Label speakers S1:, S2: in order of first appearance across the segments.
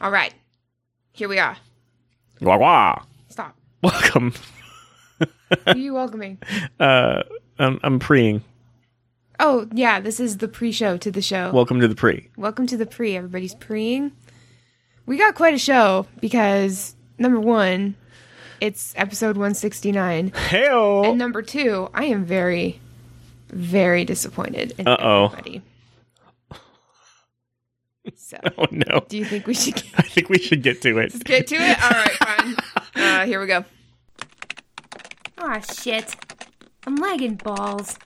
S1: All right. Here we are.
S2: Wah wah.
S1: Stop.
S2: Welcome.
S1: Who are you welcoming?
S2: Uh, I'm, I'm preeing.
S1: Oh, yeah, this is the pre show to the show.
S2: Welcome to the pre.
S1: Welcome to the pre. Everybody's preeing. We got quite a show because number one, it's episode 169.
S2: Heyo.
S1: And number two, I am very, very disappointed in
S2: Uh-oh.
S1: everybody. So,
S2: oh no.
S1: do you think we should get-
S2: I think we should get to it.
S1: Let's get to it? All right, fine. Uh, here we go.
S3: Aw, shit. I'm lagging balls.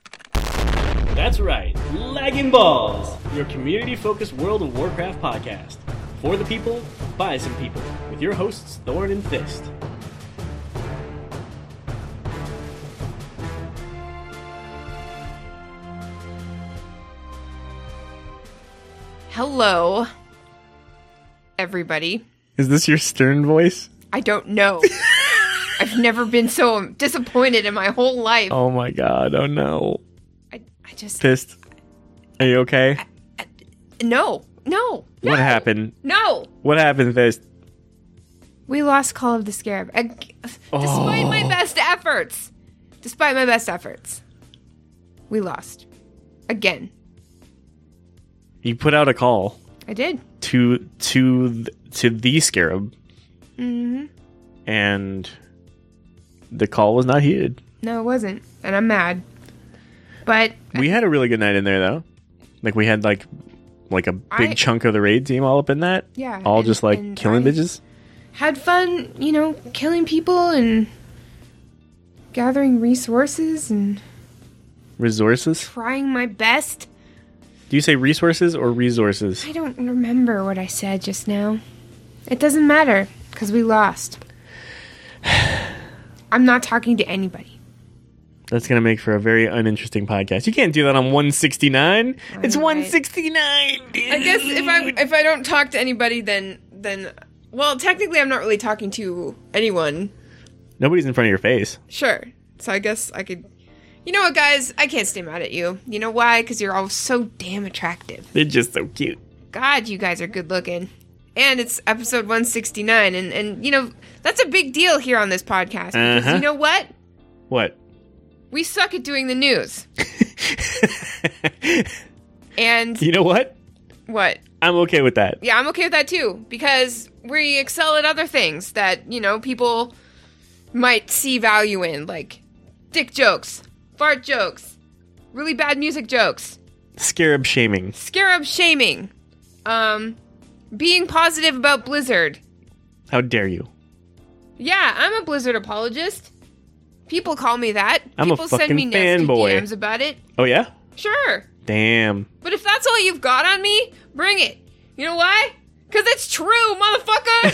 S4: That's right, Lagging Balls, your community focused World of Warcraft podcast. For the people, by some people, with your hosts, Thorn and Fist.
S1: Hello, everybody.
S2: Is this your stern voice?
S1: I don't know. I've never been so disappointed in my whole life.
S2: Oh my god. Oh no.
S1: I, I just
S2: Pissed. Are you okay?
S1: no, no.
S2: What
S1: no,
S2: happened?
S1: No,
S2: What happened, Fist?
S1: we lost Call of the Scarab. I, despite
S2: Oh.
S1: my best efforts, despite my best efforts, we lost again.
S2: You put out a call
S1: I did.
S2: to to th- to the scarab, mm-hmm. and the call was not heeded.
S1: No, it wasn't, and I'm mad. But
S2: We had a really good night in there though. Like we had like like a big
S1: I-
S2: chunk of the raid team all up in that.
S1: Yeah,
S2: All
S1: and-
S2: just like
S1: and
S2: killing
S1: I-
S2: bitches.
S1: had fun, you know, killing people and gathering resources and
S2: Resources?
S1: trying my best.
S2: Do you say resources or resources?
S1: I don't remember what I said just now. It doesn't matter because we lost. I'm not talking to anybody.
S2: That's gonna make for a very uninteresting podcast. You can't do that on 169. It's
S1: know, right?
S2: 169.
S1: I guess if I if I don't talk to anybody, then then well, technically I'm not really talking to anyone.
S2: Nobody's in front of your face.
S1: Sure. So I guess I could. You know what, guys? I can't stay mad at you. You know why? Because you're all so damn attractive.
S2: They're just so cute.
S1: God, you guys are good looking. And it's episode 169, and and you know that's a big deal here on this podcast. Because
S2: Uh-huh.
S1: you know what?
S2: What?
S1: We suck at doing the news. And
S2: you know what?
S1: what?
S2: I'm okay with that.
S1: Yeah, I'm okay with that too because we excel at other things that, you know, people might see value in, like dick jokes, fart jokes, really bad music jokes,
S2: Scarab shaming.
S1: scarab shaming, um being positive about Blizzard.
S2: How dare you?
S1: Yeah, I'm a Blizzard apologist. People call me that.
S2: I'm a
S1: people send me
S2: fucking
S1: nasty
S2: fanboy.
S1: DMs about it.
S2: Oh yeah?
S1: Sure.
S2: Damn.
S1: But if that's all you've got on me, bring it. You know why? Because it's true, motherfucker!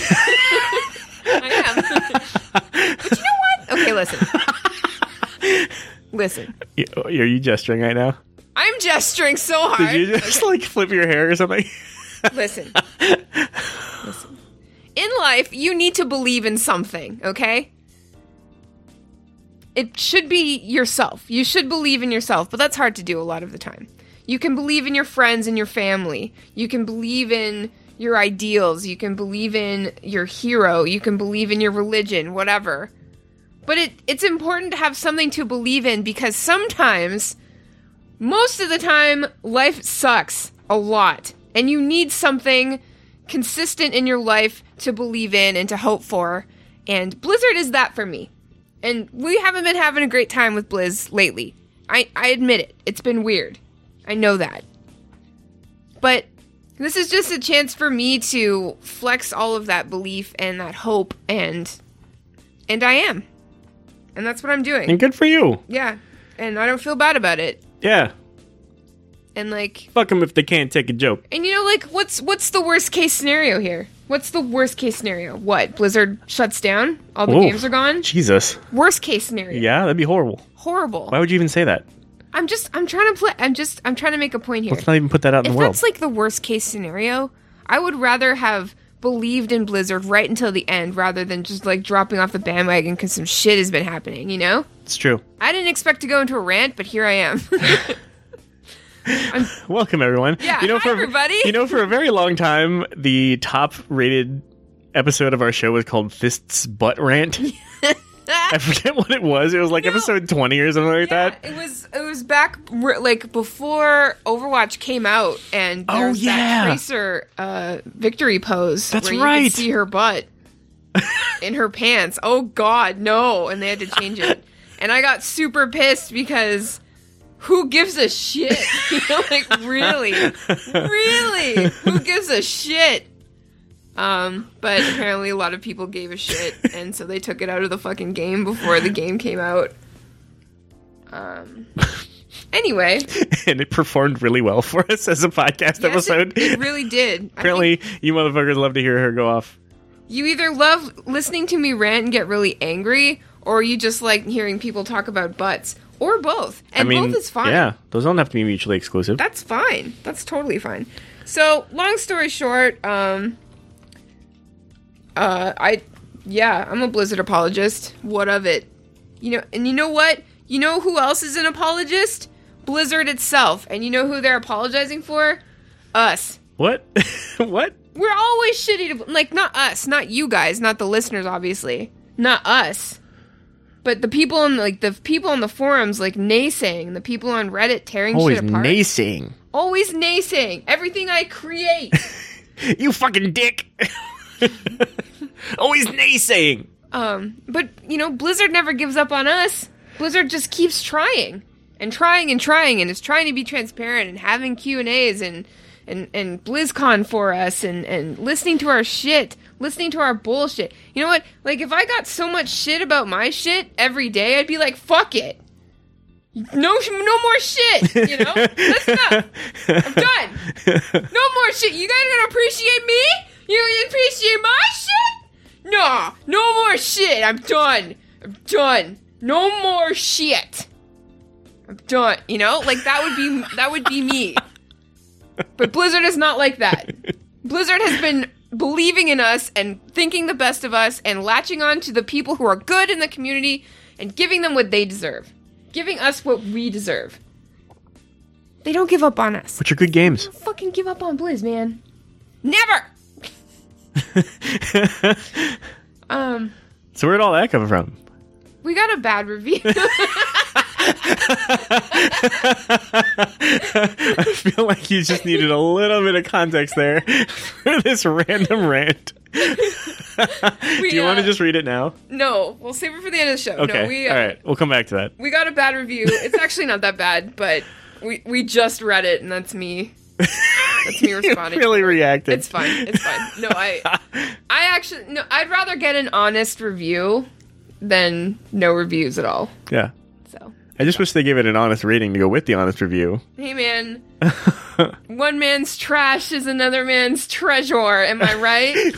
S1: I am. but you know what? Okay, listen. listen.
S2: Y- Are you gesturing right now?
S1: I'm gesturing so hard.
S2: Did you just like flip your hair or something?
S1: listen. Listen. In life, you need to believe in something, okay? It should be yourself. You should believe in yourself, but that's hard to do a lot of the time. You can believe in your friends and your family. You can believe in your ideals. You can believe in your hero. You can believe in your religion, whatever. But it, it's important to have something to believe in because sometimes most of the time, life sucks a lot, and you need something consistent in your life to believe in and to hope for. And Blizzard is that for me. And we haven't been having a great time with Blizz lately. I, I admit it. It's been weird. I know that. But this is just a chance for me to flex all of that belief and that hope and and I am. And that's what I'm doing.
S2: And good for you.
S1: Yeah. And I don't feel bad about it
S2: Yeah.
S1: and like
S2: Fuck them if they can't take a joke.
S1: and you know like what's what's the worst case scenario here what's the worst case scenario what blizzard shuts down all the
S2: Oof.
S1: games are gone
S2: Jesus.
S1: worst case scenario
S2: Yeah, that'd be horrible.
S1: horrible
S2: Why would you even say that?
S1: i'm just i'm trying to play i'm just i'm trying to make a point here
S2: Let's not even put that out in
S1: if
S2: the world.
S1: that's like the worst case scenario i would rather have believed in blizzard right until the end rather than just like dropping off the bandwagon because some shit has been happening you know
S2: it's true.
S1: i didn't expect to go into a rant but here i am
S2: Welcome everyone.
S1: Yeah, hi,
S2: for
S1: everybody.
S2: You know, for a very long time, the top rated episode of our show was called Fists Butt Rant. I forget what it was. It was like episode twenty or something like
S1: Yeah,
S2: that.
S1: it was it was back r- like before Overwatch came out, and there
S2: Oh,
S1: was
S2: yeah.
S1: that Tracer uh, victory pose.
S2: That's
S1: where you could
S2: right.
S1: see her butt in her pants. Oh God, no! And they had to change it, and I got super pissed because who gives a shit? you know, like really, really, who gives a shit? Um, but apparently a lot of people gave a shit, and so they took it out of the fucking game before the game came out. Um. Anyway,
S2: and it performed really well for us as a podcast
S1: yes,
S2: episode.
S1: it, it really did. I think
S2: Apparently, you motherfuckers love to hear her go off.
S1: you either love listening to me rant and get really angry, or you just like hearing people talk about butts, or both. And
S2: I mean,
S1: both is fine.
S2: Yeah, those don't have to be mutually exclusive.
S1: that's fine. That's totally fine. So, long story short, um, uh, I, yeah, I'm a Blizzard apologist. What of it? You know, and you know what? You know who else is an apologist? Blizzard itself. And you know who they're apologizing for? Us
S2: what? what?
S1: we're always shitty to like not us not you guys not the listeners obviously not us but the people in like the people on the forums like naysaying the people on reddit tearing
S2: Always
S1: shit apart
S2: naysaying.
S1: always naysaying everything i create
S2: You fucking dick. Always naysaying.
S1: um but you know blizzard never gives up on us blizzard just keeps trying and trying and trying and is trying to be transparent and having q and a's and and and blizzcon for us and and listening to our shit listening to our bullshit you know what like if i got so much shit about my shit every day i'd be like fuck it no sh- no more shit you know that's enough i'm done no more shit. You guys gonna appreciate me? You gonna appreciate my shit? Nah, no more shit. I'm done. I'm done. No more shit. I'm done. You know, like that would be that would be me. But Blizzard is not like that. Blizzard has been believing in us and thinking the best of us and latching on to the people who are good in the community and giving them what they deserve. Giving us what we deserve. They don't give up on us
S2: Which are good games.
S1: fucking give up on Blizz, man. Never. Um,
S2: so where'd all that come from?
S1: we got a bad review.
S2: I feel like you just needed a little bit of context there for this random rant. Do you
S1: uh,
S2: want to just read it now?
S1: no, we'll save it for the end of the show.
S2: Okay.
S1: No, we uh,
S2: all right. We'll come back to that.
S1: we got a bad review. It's actually not that bad, but we we just read it, and that's me. That's me responding.
S2: really reacted.
S1: It's fine. It's fine. No, I I actually no. I'd rather get an honest review than no reviews at all.
S2: yeah.
S1: So
S2: I just wish they gave it an honest rating to go with the honest review.
S1: hey, man. One man's trash is another man's treasure. Am I right?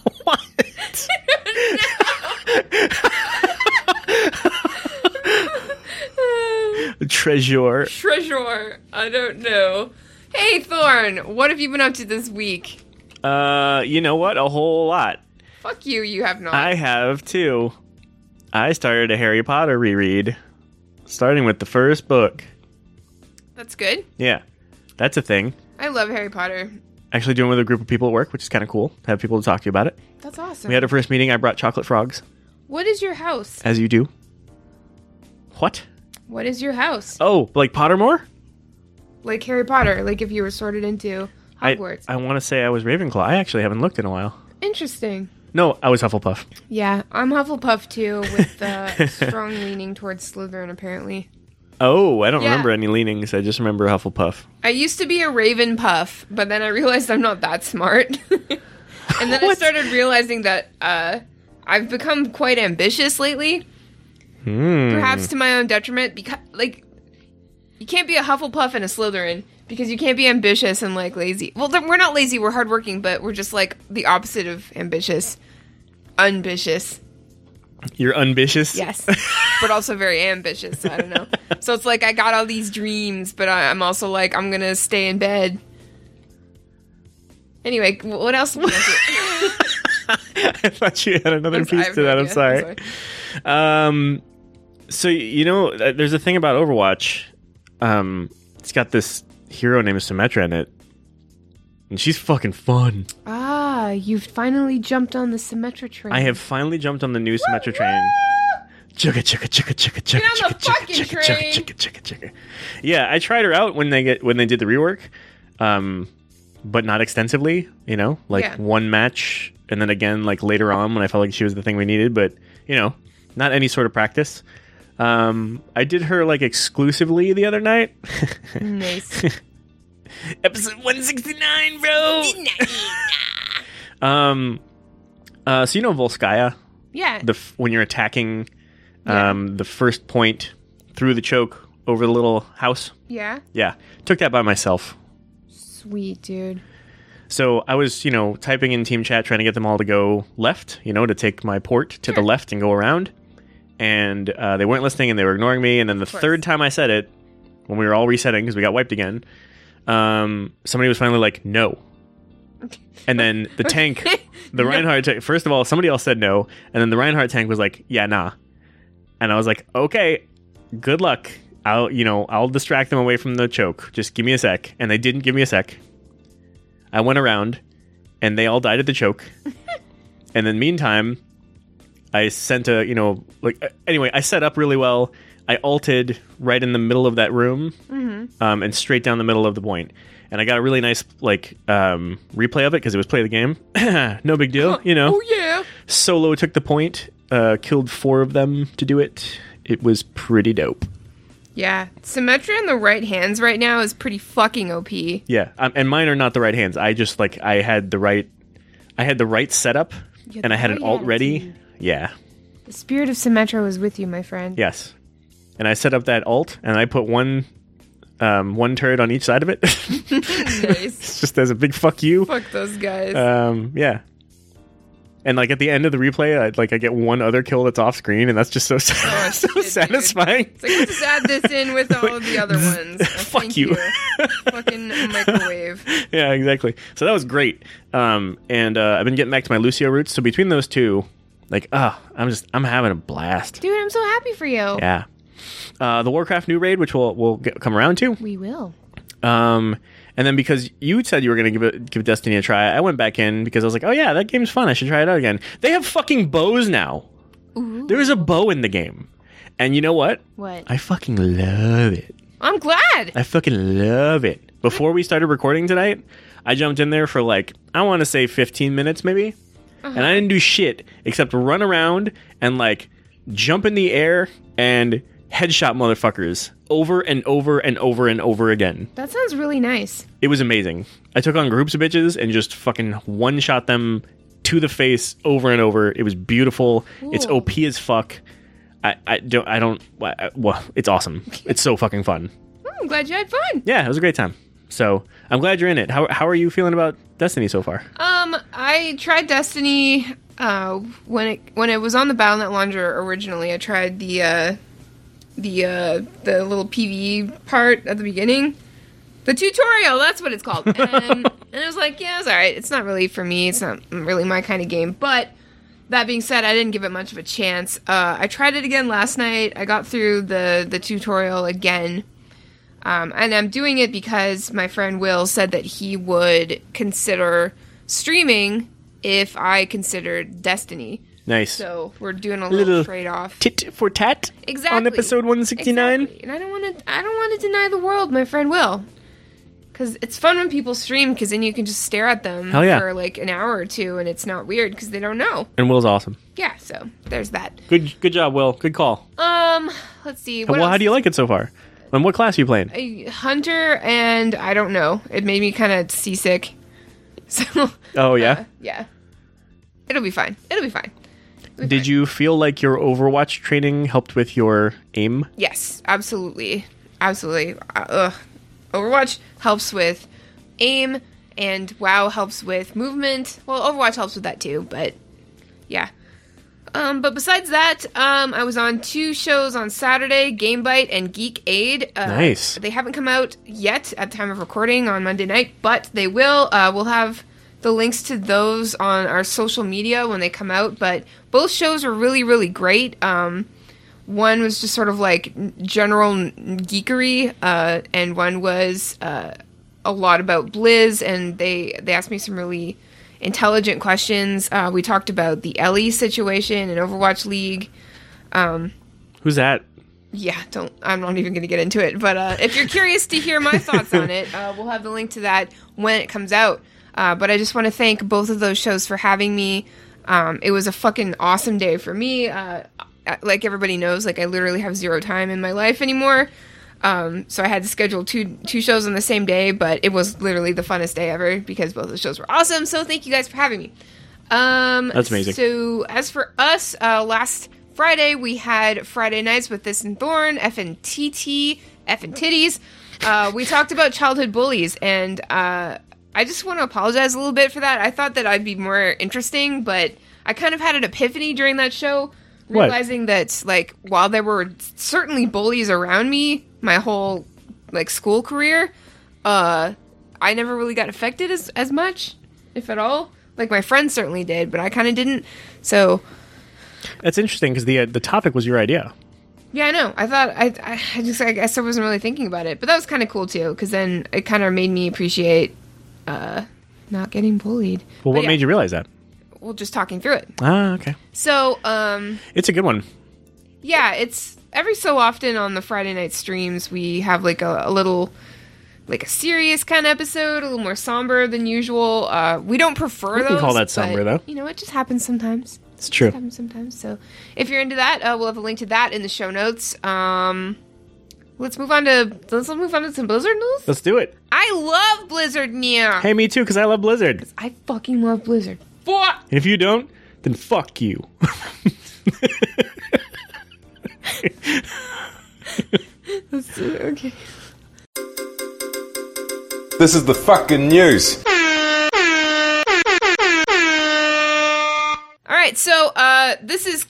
S2: what? Treasure.
S1: treasure. I don't know. Hey, Thorn, what have you been up to this week?
S2: Uh, you know what? A whole lot.
S1: Fuck you, you have not.
S2: I have too. I started a Harry Potter reread, starting with the first book.
S1: That's good.
S2: Yeah, that's a thing.
S1: I love Harry Potter.
S2: Actually, doing it with a group of people at work, which is kind of cool. Have people to talk to you about it.
S1: That's awesome.
S2: We had our first meeting. I brought chocolate frogs,
S1: what is your house?
S2: as you do. What?
S1: What is your house?
S2: Oh, like Pottermore?
S1: Like Harry Potter, like if you were sorted into Hogwarts.
S2: I I want to say I was Ravenclaw. I actually haven't looked in a while.
S1: Interesting.
S2: No, I was Hufflepuff.
S1: Yeah, I'm Hufflepuff too, with the strong leaning towards Slytherin, apparently.
S2: Oh, I don't
S1: Yeah.
S2: remember any leanings. I just remember Hufflepuff.
S1: I used to be a Raven Puff, but then I realized I'm not that smart. and then I
S2: What?
S1: started realizing that uh, I've become quite ambitious lately,
S2: Hmm.
S1: perhaps to my own detriment. Because like, you can't be a Hufflepuff and a Slytherin because you can't be ambitious and like lazy. Well, then we're not lazy; we're hardworking, but we're just like the opposite of ambitious, ambitious.
S2: You're ambitious.
S1: Yes. but also very ambitious. I don't know. So it's like I got all these dreams, but I, I'm also like I'm gonna stay in bed. Anyway, wh- what else? was I
S2: I thought you had another
S1: doing? I
S2: piece
S1: have
S2: to
S1: no
S2: that. I'm
S1: idea.
S2: sorry. Um, so y- you know, uh, there's a thing about Overwatch. Um, It's got this hero named Symmetra in it, and she's fucking fun.
S1: Ah, you've finally jumped on the Symmetra train.
S2: I have finally jumped on the new Symmetra train. Chugga chugga chugga chugga chugga
S1: on the
S2: chugga chugga
S1: fucking
S2: chugga
S1: train.
S2: chugga chugga chugga chugga. Yeah, I tried her out when they get when they did the rework, um, but not extensively. You know, like
S1: Yeah.
S2: one match, and then again like later on when I felt like she was the thing we needed. But you know, not any sort of practice. Um, I did her like exclusively the other night,
S1: Nice.
S2: episode one sixty nine, bro. um, uh, so you know Volskaya
S1: Yeah.
S2: the f- when you're attacking
S1: Yeah.
S2: um, the first point through the choke over the little house.
S1: yeah.
S2: Yeah, took that by myself.
S1: Sweet, dude.
S2: So I was, you know, typing in team chat trying to get them all to go left, you know, to take my port to the left and go around. And uh, they weren't listening and they were ignoring me. And then the
S1: course.
S2: third time I said it, when we were all resetting because we got wiped again, um, somebody was finally like, no. And then the tank, the Reinhardt tank, first of all, somebody else said no. And then the Reinhardt tank was like, yeah, nah. And I was like, okay, good luck. I'll, you know, I'll distract them away from the choke. Just give me a sec. And they didn't give me a sec. I went around and they all died at the choke. and then meantime, I sent a, you know, like uh, anyway, I set up really well. I alted right in the middle of that room
S1: Mm-hmm.
S2: um, and straight down the middle of the point. And I got a really nice like um, replay of it because it was play the game. no big deal, you know.
S1: Oh yeah.
S2: Solo took the point, uh, killed four of them to do it. It was pretty dope.
S1: Yeah. Symmetra in the right hands right now is pretty fucking OP.
S2: Yeah, um, and mine are not the right hands. I just like I had the right, I had the right setup,
S1: had
S2: and
S1: the
S2: I had an
S1: right
S2: alt ready.
S1: attitude.
S2: Yeah,
S1: The spirit of Symmetra was with you, my friend.
S2: yes, and I set up that alt, and I put one, um, one turret on each side of it,
S1: Nice.
S2: just as a big fuck you.
S1: Fuck those guys.
S2: Um, yeah, and like at the end of the replay, I like I get one other kill that's off screen, and that's just so
S1: Oh,
S2: so
S1: shit, dude.
S2: satisfying.
S1: It's like, let's just add this in with all of the other ones. I
S2: Fuck
S1: thank
S2: you.
S1: Fucking microwave.
S2: yeah, exactly. So that was great. Um, and uh, I've been getting back to my Lucio roots. So between those two, like, ah, I'm just I'm having a blast.
S1: Dude, I'm so happy for you.
S2: Yeah. Uh, the Warcraft new raid, which we'll we'll get, come around to,
S1: We will.
S2: um, and then because you said you were gonna give it, give Destiny a try, I went back in because I was like, oh yeah, that game's fun. I should try it out again. They have fucking bows now. There is a bow in the game, and you know what?
S1: What?
S2: I fucking love it.
S1: I'm glad.
S2: I fucking love it. Before we started recording tonight, I jumped in there for like, I want to say 15 minutes maybe. And I didn't do shit except run around and like jump in the air and headshot motherfuckers over and over and over and over again.
S1: That sounds really nice.
S2: It was amazing. I took on groups of bitches and just fucking one shot them to the face over and over. It was beautiful. It's
S1: Cool.
S2: OP as fuck. I, I don't, I don't, I- well, it's awesome. It's so fucking fun.
S1: Oh, I'm glad you had fun.
S2: Yeah, it was a great time. So I'm glad you're in it. How, how are you feeling about Destiny so far?
S1: Um, I tried Destiny uh, when it when it was on the Battle.net launcher originally. I tried the uh, the uh, the little PVE part at the beginning, the tutorial. That's what it's called. And, and I was like, yeah, it's all right. It's not really for me. It's not really my kind of game. But that being said, I didn't give it much of a chance. Uh, I tried it again last night. I got through the the tutorial again. Um, and I'm doing it because my friend Will said that he would consider streaming if I considered Destiny.
S2: Nice.
S1: So we're doing a little,
S2: Little
S1: trade off.
S2: Tit for tat
S1: Exactly.
S2: on episode 169.
S1: Exactly. And I don't want to. I don't want to deny the world, my friend Will, because it's fun when people stream because then you can just stare at them
S2: Hell yeah.
S1: for like an hour or two, and it's not weird because they don't know.
S2: And Will's awesome.
S1: Yeah. So there's that.
S2: Good good job, Will. Good call.
S1: Um. Let's see. What
S2: well, how
S1: else?
S2: do you like it so far? And what class are you playing?
S1: I- Hunter and I don't know. It made me kind of seasick. So
S2: Oh,
S1: uh,
S2: yeah?
S1: yeah. It'll be fine. It'll be fine.
S2: Did you feel like your Overwatch training helped with your aim?
S1: Yes, absolutely, absolutely. Uh, ugh. Overwatch helps with aim, and WoW helps with movement. Well, Overwatch helps with that too, but yeah. Um, but besides that, um, I was on two shows on Saturday: Game Bite and Geek Aid. Uh,
S2: Nice.
S1: They haven't come out yet at the time of recording on Monday night, but they will. Uh, we'll have the links to those on our social media when they come out. But both shows are really, really great. Um, One was just sort of like n- general n- geekery, uh, and one was uh, a lot about Blizz. And they they asked me some really intelligent questions. Uh, we talked about the Ellie situation in Overwatch League.
S2: Who's that?
S1: Yeah, don't. I'm not even going to get into it. But uh, if you're curious to hear my thoughts on it, uh, we'll have the link to that when it comes out. Uh, but I just want to thank both of those shows for having me. Um, it was a fucking awesome day for me. Uh, I- like everybody knows, like I literally have zero time in my life anymore. Um, so I had to schedule two two shows on the same day, but it was literally the funnest day ever because both the shows were awesome. So thank you guys for having me. Um,
S2: That's amazing.
S1: So as for us, uh, last Friday we had Friday nights with this and Thorn, F and TT, F and Titties. Uh, we talked about childhood bullies, and uh, I just want to apologize a little bit for that. I thought that I'd be more interesting, but I kind of had an epiphany during that show,
S2: What?
S1: realizing that like while there were certainly bullies around me my whole like school career, uh, I never really got affected as as much, if at all. Like my friends certainly did, but I kind of didn't. So
S2: That's interesting because the uh, the topic was your idea.
S1: yeah, I know. I thought I, I I just I guess I wasn't really thinking about it, but that was kind of cool too, because then it kind of made me appreciate uh, not getting bullied.
S2: Well, what made you realize that?
S1: Well, just talking through it.
S2: Ah, okay.
S1: So um,
S2: It's a good one.
S1: yeah, it's every so often on the Friday night streams we have like a, a little like a serious kind of episode, a little more somber than usual. Uh, we don't prefer
S2: We can
S1: those,
S2: call that
S1: but,
S2: somber, though.
S1: You know, it just happens sometimes.
S2: It's true.
S1: happens sometimes. So if you're into that, uh, we'll have a link to that in the show notes. Um, let's move on to let's move on to some Blizzard news.
S2: Let's do it.
S1: I love Blizzard news.
S2: Hey, me too, because I love Blizzard. And
S1: I fucking love Blizzard. Fuck.
S2: if you don't, then fuck you.
S1: Okay.
S5: This is the fucking news.
S1: All right, so uh, this is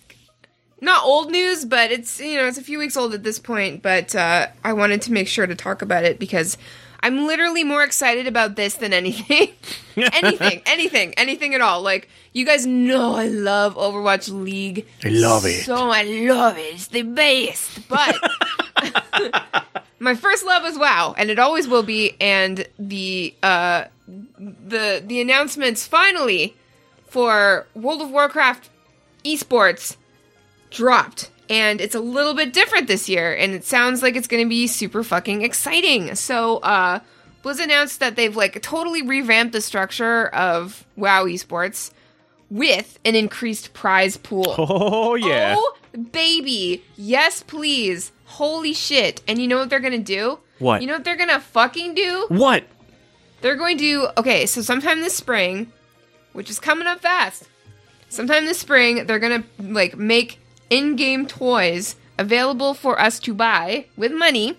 S1: not old news, but it's you know it's a few weeks old at this point. But uh, I wanted to make sure to talk about it because I'm literally more excited about this than anything, anything, anything, anything at all. Like you guys know, I love Overwatch League.
S2: I love it.
S1: So I love it. It's the best. But my first love was WoW, and it always will be. And the uh, the the announcements finally for World of Warcraft esports dropped. And it's a little bit different this year, and it sounds like it's going to be super fucking exciting. So, uh, Blizz announced that they've like totally revamped the structure of WoW esports with an increased prize pool.
S2: Oh yeah.
S1: Oh, baby. Yes, please. Holy shit. And you know what they're going to do?
S2: What?
S1: You know what they're going to fucking do?
S2: What?
S1: They're going to. Okay, so sometime this spring, which is coming up fast, sometime this spring, they're going to, like, make in game toys available for us to buy with money.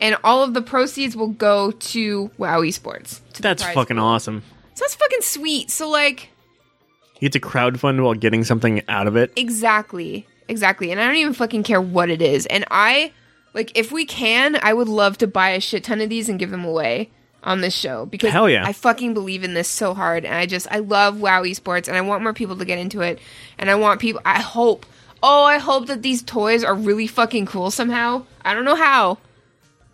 S1: And all of the proceeds will go to WoW Esports. to the
S2: That's
S1: prize
S2: fucking
S1: pool.
S2: awesome.
S1: So that's fucking sweet. So, like,
S2: You get to crowdfund while getting something out of it.
S1: Exactly. Exactly. And I don't even fucking care what it is. And I like if we can, I would love to buy a shit ton of these and give them away on this show because
S2: Hell yeah.
S1: I fucking believe in this so hard and I just I love WoW esports and I want more people to get into it and I want people I hope oh I hope that these toys are really fucking cool somehow. I don't know how,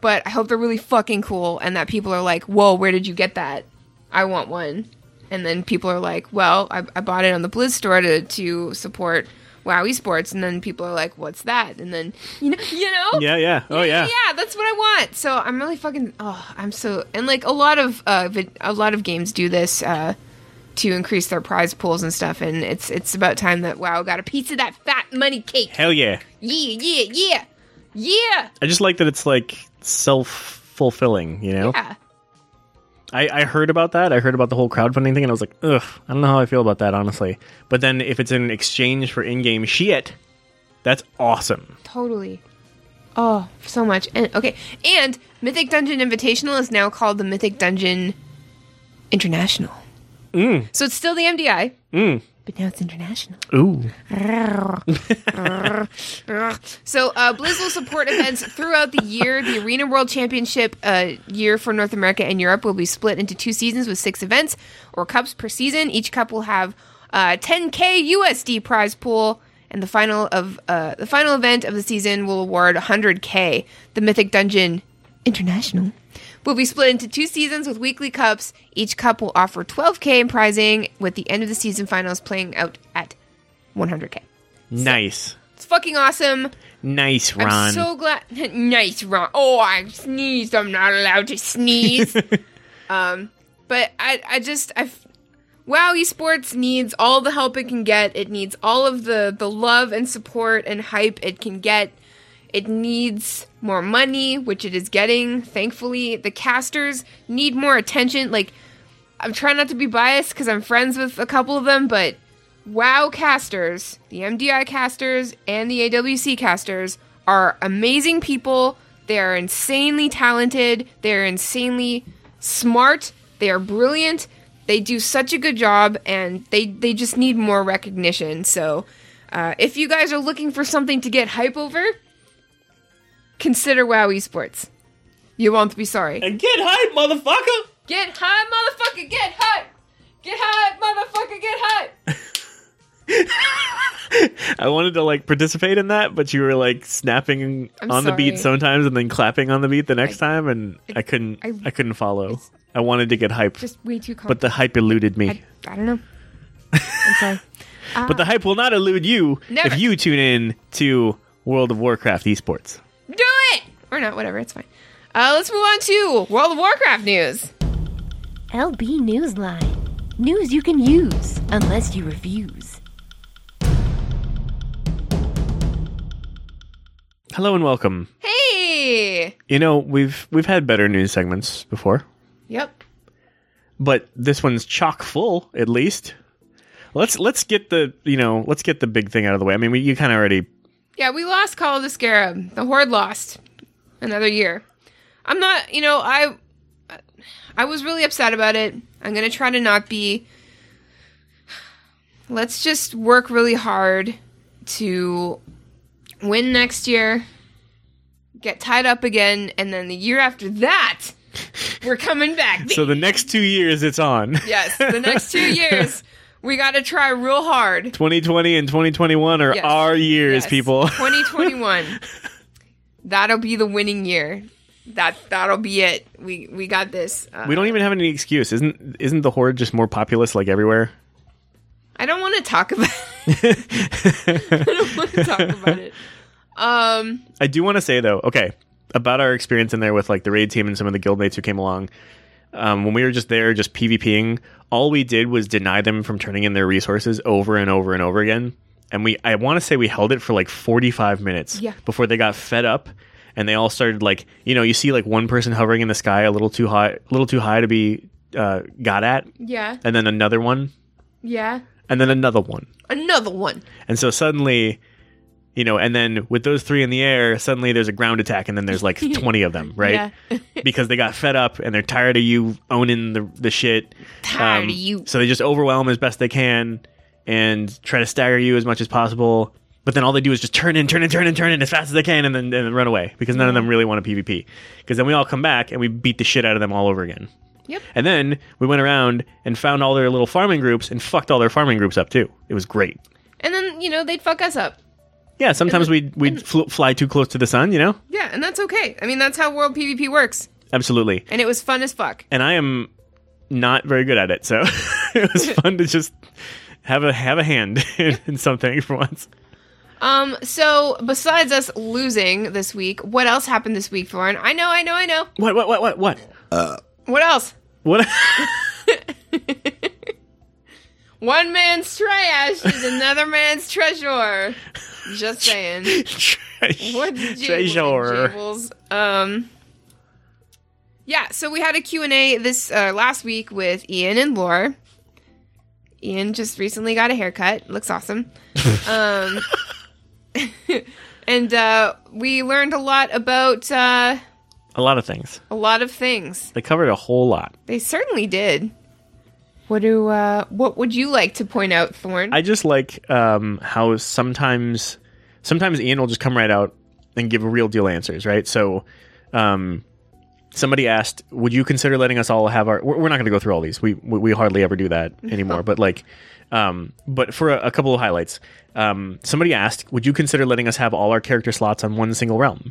S1: but I hope they're really fucking cool and that people are like, "Whoa, where did you get that?" I want one. And then people are like, well, I, I bought it on the Blizz store to, to support WoW Esports. And then people are like, what's that? And then, you know, you know?
S2: Yeah, yeah. Oh yeah.
S1: Yeah, that's what I want. So I'm really fucking. Oh, I'm so and like a lot of uh, vid- a lot of games do this uh, to increase their prize pools and stuff. And it's it's about time that WoW got a piece of that fat money cake.
S2: Hell yeah.
S1: Yeah, yeah, yeah, yeah,
S2: I just like that it's like self fulfilling, you know?
S1: yeah.
S2: I, I heard about that. I heard about the whole crowdfunding thing and I was like, ugh, I don't know how I feel about that, honestly. But then if it's in exchange for in game shit, that's awesome.
S1: Totally. Oh, so much. And okay, and Mythic Dungeon Invitational is now called the Mythic Dungeon International.
S2: Mm.
S1: So it's still the MDI,
S2: Mm.
S1: but now it's international.
S2: Ooh.
S1: So uh, Blizz will support events throughout the year. The Arena World Championship uh, year for North America and Europe will be split into two seasons with six events or cups per season. Each cup will have uh, 10k USD prize pool, and the final of uh, the final event of the season will award 100k. The Mythic Dungeon International will be split into two seasons with weekly cups. Each cup will offer 12k in prizing, with the end of the season finals playing out at 100k.
S2: Nice.
S1: It's fucking awesome.
S2: Nice, Ron.
S1: I'm so glad. nice, Ron. Oh, I sneezed. I'm not allowed to sneeze. um, but I, I just, I. f- Wow Esports needs all the help it can get. It needs all of the the love and support and hype it can get. It needs more money, which it is getting, thankfully. The casters need more attention. Like, I'm trying not to be biased because I'm friends with a couple of them, but WoW casters, the MDI casters, and the AWC casters are amazing people. They are insanely talented. They are insanely smart. They are brilliant. They do such a good job, and they, they just need more recognition. So, uh, if you guys are looking for something to get hype over, consider WoW Esports. You won't be sorry.
S4: And get hype, motherfucker!
S1: Get high, motherfucker, get high! Get high, motherfucker, get high!
S2: I wanted to like participate in that, but you were like snapping
S1: I'm
S2: on the beat
S1: sorry.
S2: sometimes and then clapping on the beat the next time, and I couldn't. I,
S1: I-
S2: couldn't follow. I wanted to get hype,
S1: Just way too complex.
S2: but the hype eluded me.
S1: I, I don't know. I'm sorry.
S2: but the hype will not elude you
S1: ah. Never.
S2: if you tune in to World of Warcraft esports.
S1: Do it! Or not, whatever, it's fine. Uh, let's move on to World of Warcraft news.
S3: LB Newsline. News you can use, unless you refuse.
S2: Hello and welcome.
S1: Hey!
S2: You know we've we've had better news segments before,
S1: Yep.
S2: but this one's chock full at least. Let's let's get the you know let's get the big thing out of the way. I mean, we, you kind of already
S1: Yeah, we lost Call of the Scarab. The Horde lost. Another year. I'm not, you know, I I was really upset about it. I'm going to try to not be. Let's just work really hard to win next year, get tied up again, and then the year after that, we're coming back.
S2: so the next two years it's on.
S1: yes, the next two years, we got to try real hard.
S2: 2020 and 2021 are
S1: Yes.
S2: our years,
S1: Yes,
S2: people.
S1: 2021. that'll be the winning year. That that'll be it. We we got this. Uh,
S2: we don't even have any excuse. Isn't isn't the horde just more populous like everywhere?
S1: I don't want to talk about. It. I don't want to talk about it. Um.
S2: I do want to say though, okay, about our experience in there with like the raid team and some of the guildmates who came along. Um, when we were just there, just PvPing, all we did was deny them from turning in their resources over and over and over again. And we, I want to say, we held it for like forty-five minutes
S1: Yeah.
S2: before they got fed up, and they all started like, you know, you see like one person hovering in the sky a little too high, a little too high to be uh, got at,
S1: Yeah.
S2: and then another one,
S1: Yeah.
S2: and then another one.
S1: Another one.
S2: And so suddenly, you know, and then with those three in the air, suddenly there's a ground attack, and then there's like 20 of them, right? because they got fed up and they're tired of you owning the, the shit.
S1: Tired
S2: Um,
S1: of you.
S2: So they just overwhelm as best they can and try to stagger you as much as possible. But then all they do is just turn in, turn in, turn in, turn in as fast as they can, and then, and then run away because none of them really want to PvP. Because then we all come back and we beat the shit out of them all over again.
S1: Yep.
S2: And then we went around and found all their little farming groups and fucked all their farming groups up too. It was great.
S1: And then you know they'd fuck us up.
S2: Yeah, sometimes we we fl- fly too close to the sun, you know.
S1: Yeah, and that's okay. I mean that's how world PvP works.
S2: Absolutely.
S1: And it was fun as fuck.
S2: And I am not very good at it, so it was fun to just have a have a hand in, in something for once.
S1: Um. So besides us losing this week, what else happened this week, Lauren? I know. I know. I know.
S2: What what what what what
S1: What else?
S2: what?
S1: One man's trash is another man's treasure. Just saying.
S2: Treasure.
S1: What did you
S2: Treasure.
S1: Jables? Um Yeah, so we had a Q&A this uh, last week with Ian and Laura. Ian just recently got a haircut. Looks awesome. um and uh we learned a lot about uh
S2: A lot of things.
S1: a lot of things.
S2: They covered a whole lot.
S1: They certainly did. What do uh what would you like to point out, Thorn?
S2: I just like um, how sometimes sometimes Ian will just come right out and give real deal answers, right? So um, somebody asked, "Would you consider letting us all have our?" We're, we're not going to go through all these. We we, we hardly ever do that anymore. but like, Um, but for a, a couple of highlights, um, somebody asked, "Would you consider letting us have all our character slots on one single realm?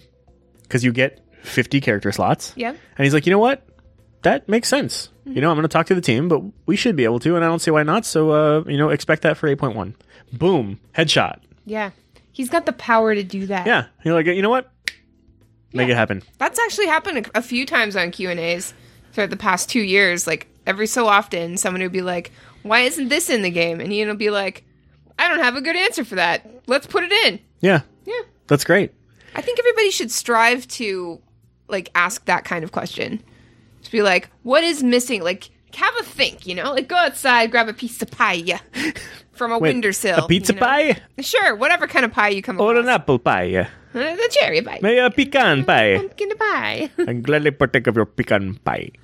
S2: Because you get 50 character slots."
S1: Yeah.
S2: And he's like, "You know what? That makes sense.
S1: Mm-hmm.
S2: You know, I'm going to talk to the team, but we should be able to, and I don't see why not. So, uh, you know, expect that for 8.1. Boom, headshot.
S1: Yeah. He's got the power to do that.
S2: Yeah. You're like, you know what? Make it happen.
S1: That's actually happened a, a few times on Q&As throughout the past 2 years. Like every so often someone would be like, "Why isn't this in the game?" and Ian will be like, "I don't have a good answer for that. Let's put it in."
S2: Yeah,
S1: Yeah.
S2: that's great.
S1: I think everybody should strive to like ask that kind of question. To be like, what is missing? Like have a think, you know? Like go outside, grab a piece of pie yeah, from a
S2: Wait,
S1: windowsill.
S2: a pizza
S1: you know?
S2: pie Oh,
S1: Sure, whatever kind of pie you come
S2: or
S1: across.
S2: an apple pie,
S1: Uh, the cherry pie.
S2: maybe a pecan pie.
S1: Pumpkin pie.
S2: I gladly partake of your pecan pie.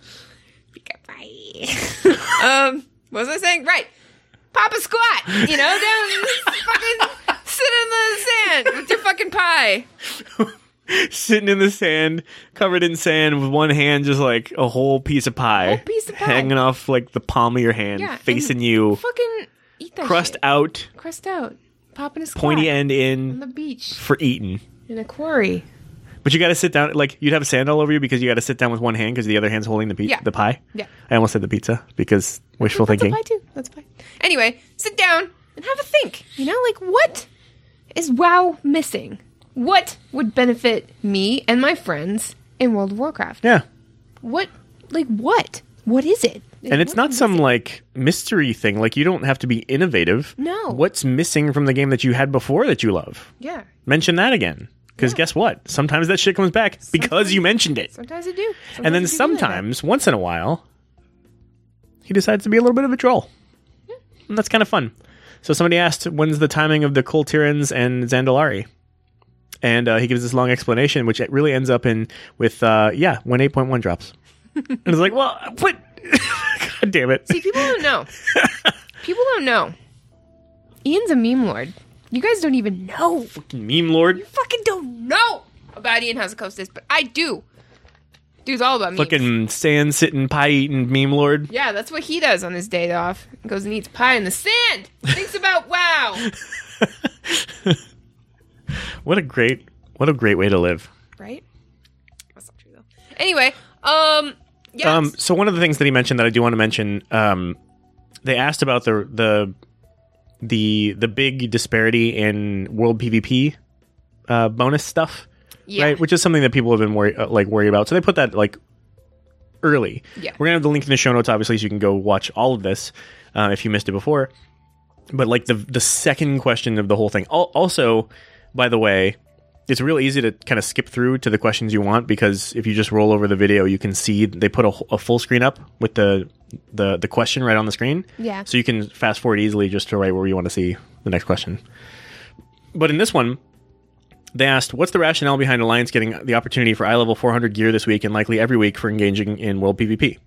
S1: Goodbye. um, what was I saying? Right. Pop a squat, you know, down fucking sit in the sand with your fucking pie.
S2: Sitting in the sand, covered in sand, with one hand just like a whole piece of pie,
S1: Whole piece of pie.
S2: hanging off like the palm of your hand,
S1: Yeah, and
S2: facing you,
S1: Fucking eat that
S2: crust
S1: shit.
S2: out,
S1: crust out. Popping a squat.
S2: pointy end
S1: on
S2: in
S1: the beach
S2: for eating.
S1: in a quarry.
S2: But you got to sit down. Like you'd have sand all over you because you got to sit down with one hand because the other hand's holding the pe-
S1: Yeah.
S2: the pie.
S1: Yeah.
S2: I almost said the pizza because wishful
S1: That's a
S2: thinking.
S1: pie too. That's a pie. Anyway, sit down and have a think. You know, like what is WoW missing? What would benefit me and my friends in World of Warcraft?
S2: Yeah.
S1: What, like what? What is it? Like,
S2: and it's
S1: what
S2: not
S1: is
S2: some
S1: it?
S2: like mystery thing. Like you don't have to be innovative.
S1: No.
S2: What's missing from the game that you had before that you love?
S1: Yeah.
S2: Mention that again. Because guess what? Sometimes that shit comes back because
S1: Sometimes-
S2: you mentioned it.
S1: Sometimes I do.
S2: and then
S1: I do do like that.
S2: sometimes, once in a while, he decides to be a little bit of a troll. And that's kind of fun. So somebody asked, when's the timing of the Cole Tirans and Zandalari? And uh, he gives this long explanation, which it really ends up in with, uh, yeah, when 8.1 drops. and it's like, well, what? God damn it.
S1: See, people don't know. people don't know. Ian's a meme lord. You guys don't even know.
S2: Meme Lord.
S1: fucking don't know about Ian House of Coast is, but I do. Dude's all about memes.
S2: Fucking sand sitting, pie eating Meme Lord.
S1: Yeah, that's what he does on his day off. Goes and eats pie in the sand. Thinks about wow.
S2: What a great, what a great way to live.
S1: Right? That's not true though. Anyway, um, yeah.
S2: Um, so one of the things that he mentioned that I do want to mention, um, they asked about the the the the big disparity in world PvP uh, bonus stuff,
S1: yeah.
S2: right? Which is something that people have been worry, uh, like worried about. So they put that like early.
S1: Yeah.
S2: We're gonna have the link in the show notes, obviously, so you can go watch all of this uh, if you missed it before. But like the the second question of the whole thing. Al- Also, by the way, it's real easy to kind of skip through to the questions you want because if you just roll over the video, you can see they put a, wh- a full screen up with the, the the question right on the screen.
S1: Yeah.
S2: So you can fast forward easily just to right where you want to see the next question. But in this one, they asked, "What's the rationale behind Alliance getting the opportunity for eye level 400 gear this week and likely every week for engaging in world PvP?"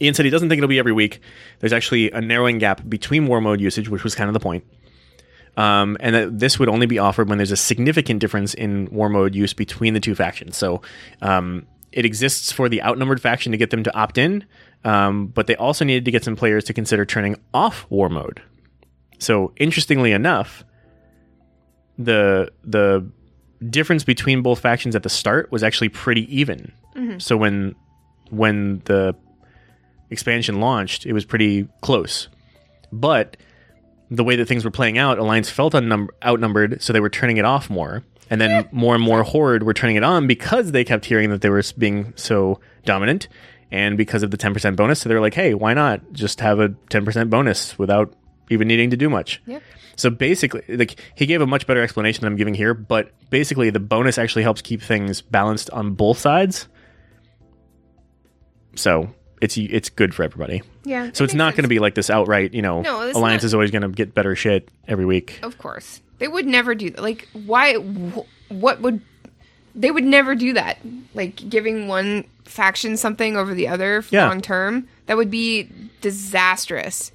S2: Ian said he doesn't think it'll be every week. There's actually a narrowing gap between war mode usage, which was kind of the point, um, and that this would only be offered when there's a significant difference in war mode use between the two factions. So um, it exists for the outnumbered faction to get them to opt in, um, but they also needed to get some players to consider turning off war mode. So interestingly enough, the the difference between both factions at the start was actually pretty even. So when when the expansion launched, it was pretty close. But the way that things were playing out, Alliance felt unnum- outnumbered, so they were turning it off more. And then more and more Horde were turning it on because they kept hearing that they were s- being so dominant and because of the 10% bonus. So they were like, hey, why not just have a 10% bonus without even needing to do much?
S1: Yeah.
S2: So basically, like he gave a much better explanation than I'm giving here, but basically the bonus actually helps keep things balanced on both sides. So it's it's good for everybody.
S1: Yeah.
S2: So it's not going to be like this outright, you know,
S1: No, it's
S2: alliance
S1: not- Oh,
S2: is always going to get better shit every week.
S1: Of course. They would never do that. Like, why? Wh- what would. They would never do that. Like, giving one faction something over the other for
S2: Yeah.
S1: long term. That would be disastrous.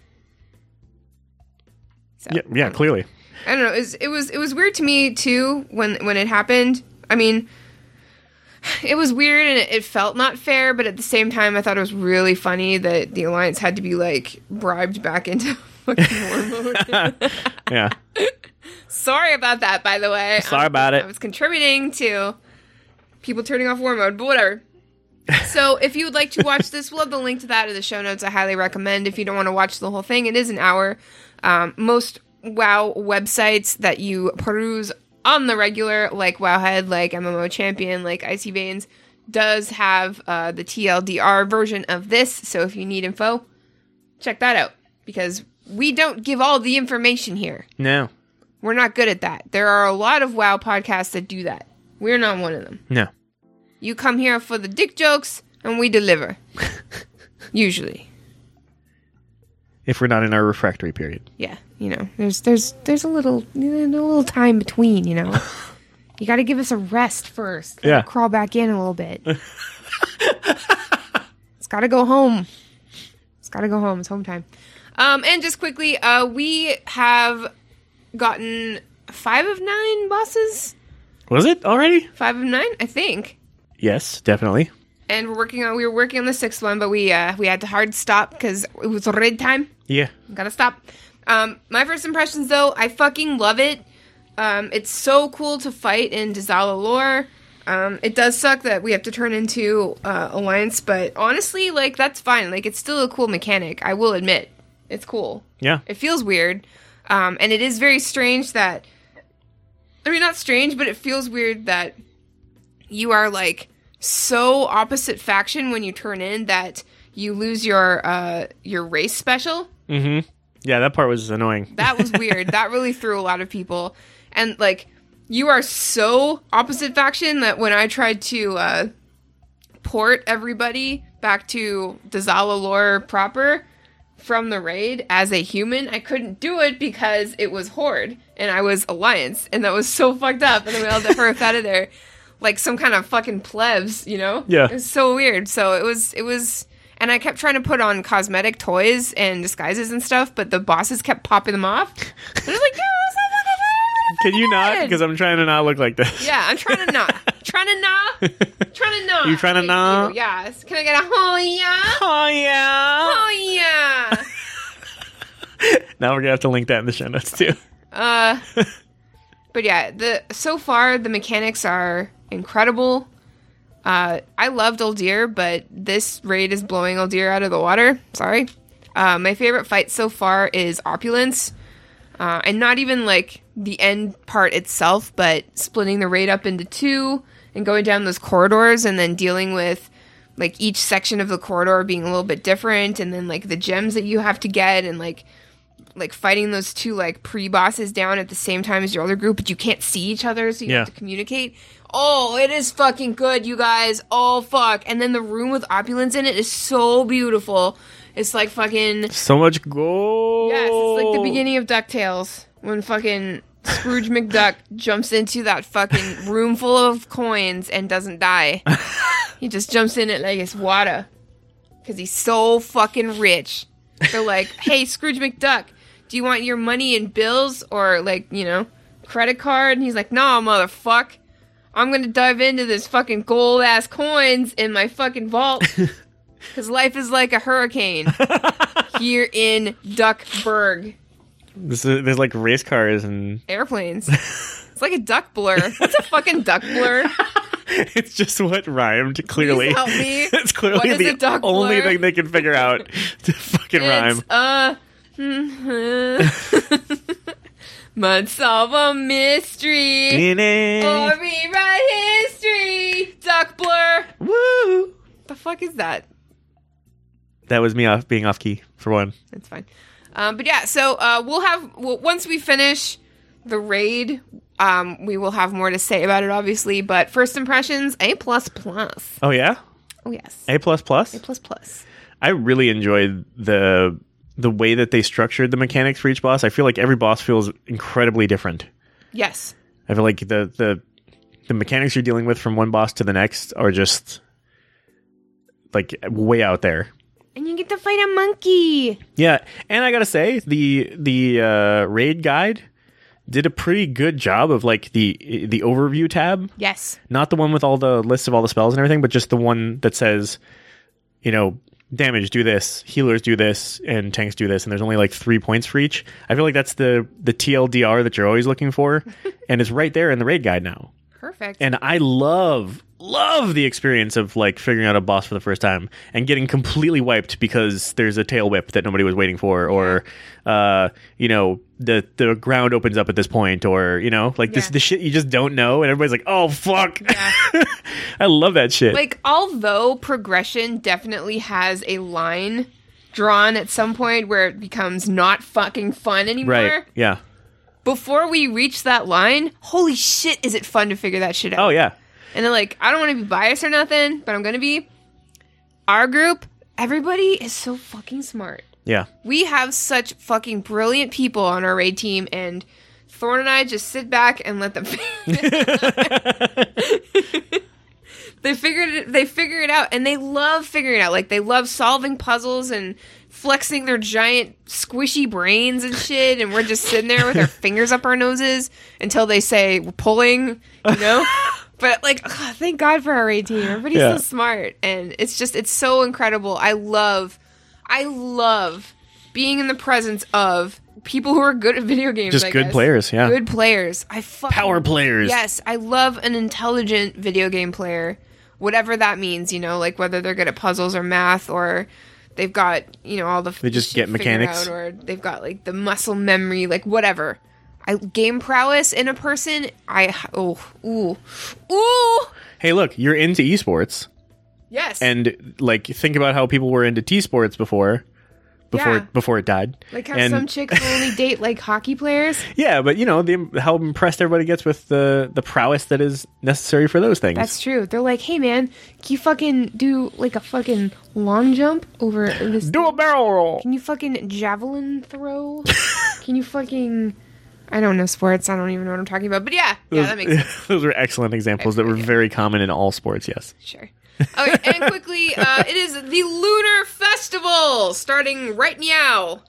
S1: So,
S2: Yeah, yeah, clearly.
S1: I don't know. It was, it was it was weird to me too when when it happened. I mean, it was weird and it, it felt not fair, but at the same time, I thought it was really funny that the alliance had to be like bribed back into fucking war mode.
S2: Yeah.
S1: Sorry about that, by the way.
S2: Sorry about it.
S1: I was contributing to people turning off war mode, but whatever. So, if you would like to watch this, we'll have the link to that in the show notes. I highly recommend. If you don't want to watch the whole thing, it is an hour. Um, most WoW websites that you peruse on the regular, like Wowhead, like MMO Champion, like Icy Veins, does have uh, the TLDR version of this. So, if you need info, check that out because we don't give all the information here.
S2: No.
S1: We're not good at that. There are a lot of WoW podcasts that do that. We're not one of them.
S2: No.
S1: You come here for the dick jokes, and we deliver. Usually,
S2: If we're not in our refractory period.
S1: yeah. You know, there's there's there's a little a little time between. You know, you got to give us a rest first. Let
S2: Yeah.
S1: it crawl back in a little bit. it's got to go home. It's got to go home. It's home time. Um, and just quickly, uh, we have gotten five of nine bosses.
S2: Was it already?
S1: Five of nine, I think.
S2: Yes, definitely.
S1: and we're working on we were working on the sixth one but we uh we had to hard stop because it was red time
S2: Yeah.
S1: gotta stop um my first impressions though i fucking love it um it's so cool to fight in Dizala lore um it does suck that we have to turn into uh alliance but honestly like that's fine like it's still a cool mechanic i will admit it's cool
S2: Yeah.
S1: it feels weird. Um, and it is very strange that, I mean, not strange, but it feels weird that you are like so opposite faction when you turn in that you lose your uh, your race special.
S2: Mm-hmm. Yeah, that part was annoying.
S1: That was weird. that really threw a lot of people. And like, you are so opposite faction that when I tried to uh, port everybody back to Dazala lore proper from the raid as a human, I couldn't do it because it was Horde and I was Alliance, and that was so fucked up. And then we all had to hurry out of there like some kind of fucking plebs, you know?
S2: Yeah.
S1: It was so weird. So it was it was and I kept trying to put on cosmetic toys and disguises and stuff, but the bosses kept popping them off. I was like, no,
S2: Can you not?
S1: Good.
S2: Because I'm trying to not look like this.
S1: yeah, I'm trying to not. trying to not. Trying to not.
S2: You trying to
S1: Thank
S2: not?
S1: you. Yes. Can I get a oh yeah?
S2: Oh yeah.
S1: Oh yeah.
S2: Now we're gonna have to link that in the show notes too.
S1: Uh, but yeah, the so far the mechanics are incredible. Uh, I loved Aldir, but this raid is blowing Aldir out of the water. Sorry. Uh, my favorite fight so far is Opulence, uh, and not even like the end part itself, but splitting the raid up into two and going down those corridors and then dealing with like each section of the corridor being a little bit different, and then like the gems that you have to get, and like like fighting those two like pre bosses down at the same time as your other group, but you can't see each other, so you
S2: Yeah.
S1: have to communicate. Oh, it is fucking good, you guys. Oh fuck! And then the room with opulence in it is so beautiful. It's like fucking
S2: So much gold.
S1: yes, it's
S2: Oh.
S1: like the beginning of Ducktales when fucking Scrooge McDuck jumps into that fucking room full of coins and doesn't die. he just jumps in it like it's water because he's so fucking rich. They're like, hey, Scrooge McDuck, do you want your money in bills or, like, you know, credit card? And he's like, nah, motherfuck. I'm gonna dive into this fucking gold ass coins in my fucking vault. Because life is like a hurricane here in Duckburg.
S2: This is- there's like race cars and
S1: Airplanes. It's like a duck blur. It's a fucking duck blur.
S2: it's just what rhymed. Clearly,
S1: help me.
S2: it's clearly
S1: What is
S2: the
S1: a duck
S2: only
S1: blur?
S2: thing they can figure out to fucking rhyme.
S1: It's uh Mud solve a mystery or
S2: In
S1: rewrite history. Duck blur.
S2: Woo!
S1: The fuck is that?
S2: That was me off being off key for one.
S1: That's fine. Um, but yeah, so uh, we'll have well, once we finish the raid, um, we will have more to say about it, obviously. But first impressions, A plus plus.
S2: Oh yeah,
S1: Oh yes,
S2: A plus plus.
S1: plus plus.
S2: I really enjoyed the the way that they structured the mechanics for each boss. I feel like every boss feels incredibly different.
S1: Yes,
S2: I feel like the the the mechanics you're dealing with from one boss to the next are just like way out there.
S1: and you get to fight a monkey.
S2: Yeah, and I gotta say the the uh, raid guide did a pretty good job of like the the overview tab,
S1: Yes,
S2: not the one with all the lists of all the spells and everything, but just the one that says, you know, damage do this, healers do this, and tanks do this, and there's only like three points for each. I feel like that's the the TLDR that you're always looking for, and it's right there in the raid guide now.
S1: Perfect.
S2: And I love love the experience of like figuring out a boss for the first time and getting completely wiped because there's a tail whip that nobody was waiting for, or uh, you know the the ground opens up at this point, or you know like this
S1: Yeah.
S2: the shit you just don't know, and everybody's like, oh fuck.
S1: Yeah.
S2: I love that shit.
S1: like although progression definitely has a line drawn at some point where it becomes not fucking fun anymore
S2: right? Yeah.
S1: before we reach that line holy shit is it fun to figure that shit out
S2: Oh yeah.
S1: and then like i don't want to be biased or nothing but i'm gonna be our group everybody is so fucking smart
S2: Yeah.
S1: we have such fucking brilliant people on our raid team and thorn and i just sit back and let them they figured it they figure it out and they love figuring it out like they love solving puzzles and flexing their giant squishy brains and shit and we're just sitting there with our fingers up our noses until they say we're pulling you know but like ugh, thank god for our raid team everybody's
S2: Yeah.
S1: so smart and it's just it's so incredible i love i love being in the presence of people who are good at video games
S2: Just
S1: I
S2: good
S1: guess.
S2: players, yeah.
S1: good players i fucking
S2: Power players.
S1: Yes, I love an intelligent video game player, whatever that means, you know, like whether they're good at puzzles or math or they've got, you know, all the
S2: They just
S1: shit
S2: get
S1: figured
S2: mechanics.
S1: out or they've got like the muscle memory, like whatever. I game prowess in a person, I oh, ooh. Ooh.
S2: Hey, look, you're into esports,
S1: Yes.
S2: and like think about how people were into T sports before, before
S1: Yeah.
S2: before it died.
S1: like how
S2: And-
S1: some chicks will only date like hockey players.
S2: Yeah, but you know the, how impressed everybody gets with the the prowess that is necessary for those things.
S1: That's true. They're like, "Hey man, can you fucking do like a fucking long jump over this
S2: Do a barrel roll.
S1: Can you fucking javelin throw? Can you fucking I don't know sports. I don't even know what I'm talking about. But yeah, yeah, that makes sense.
S2: Those were excellent examples that were very common in all sports. Yes.
S1: Sure. Okay, and quickly, uh, it is the Lunar Festival starting right now.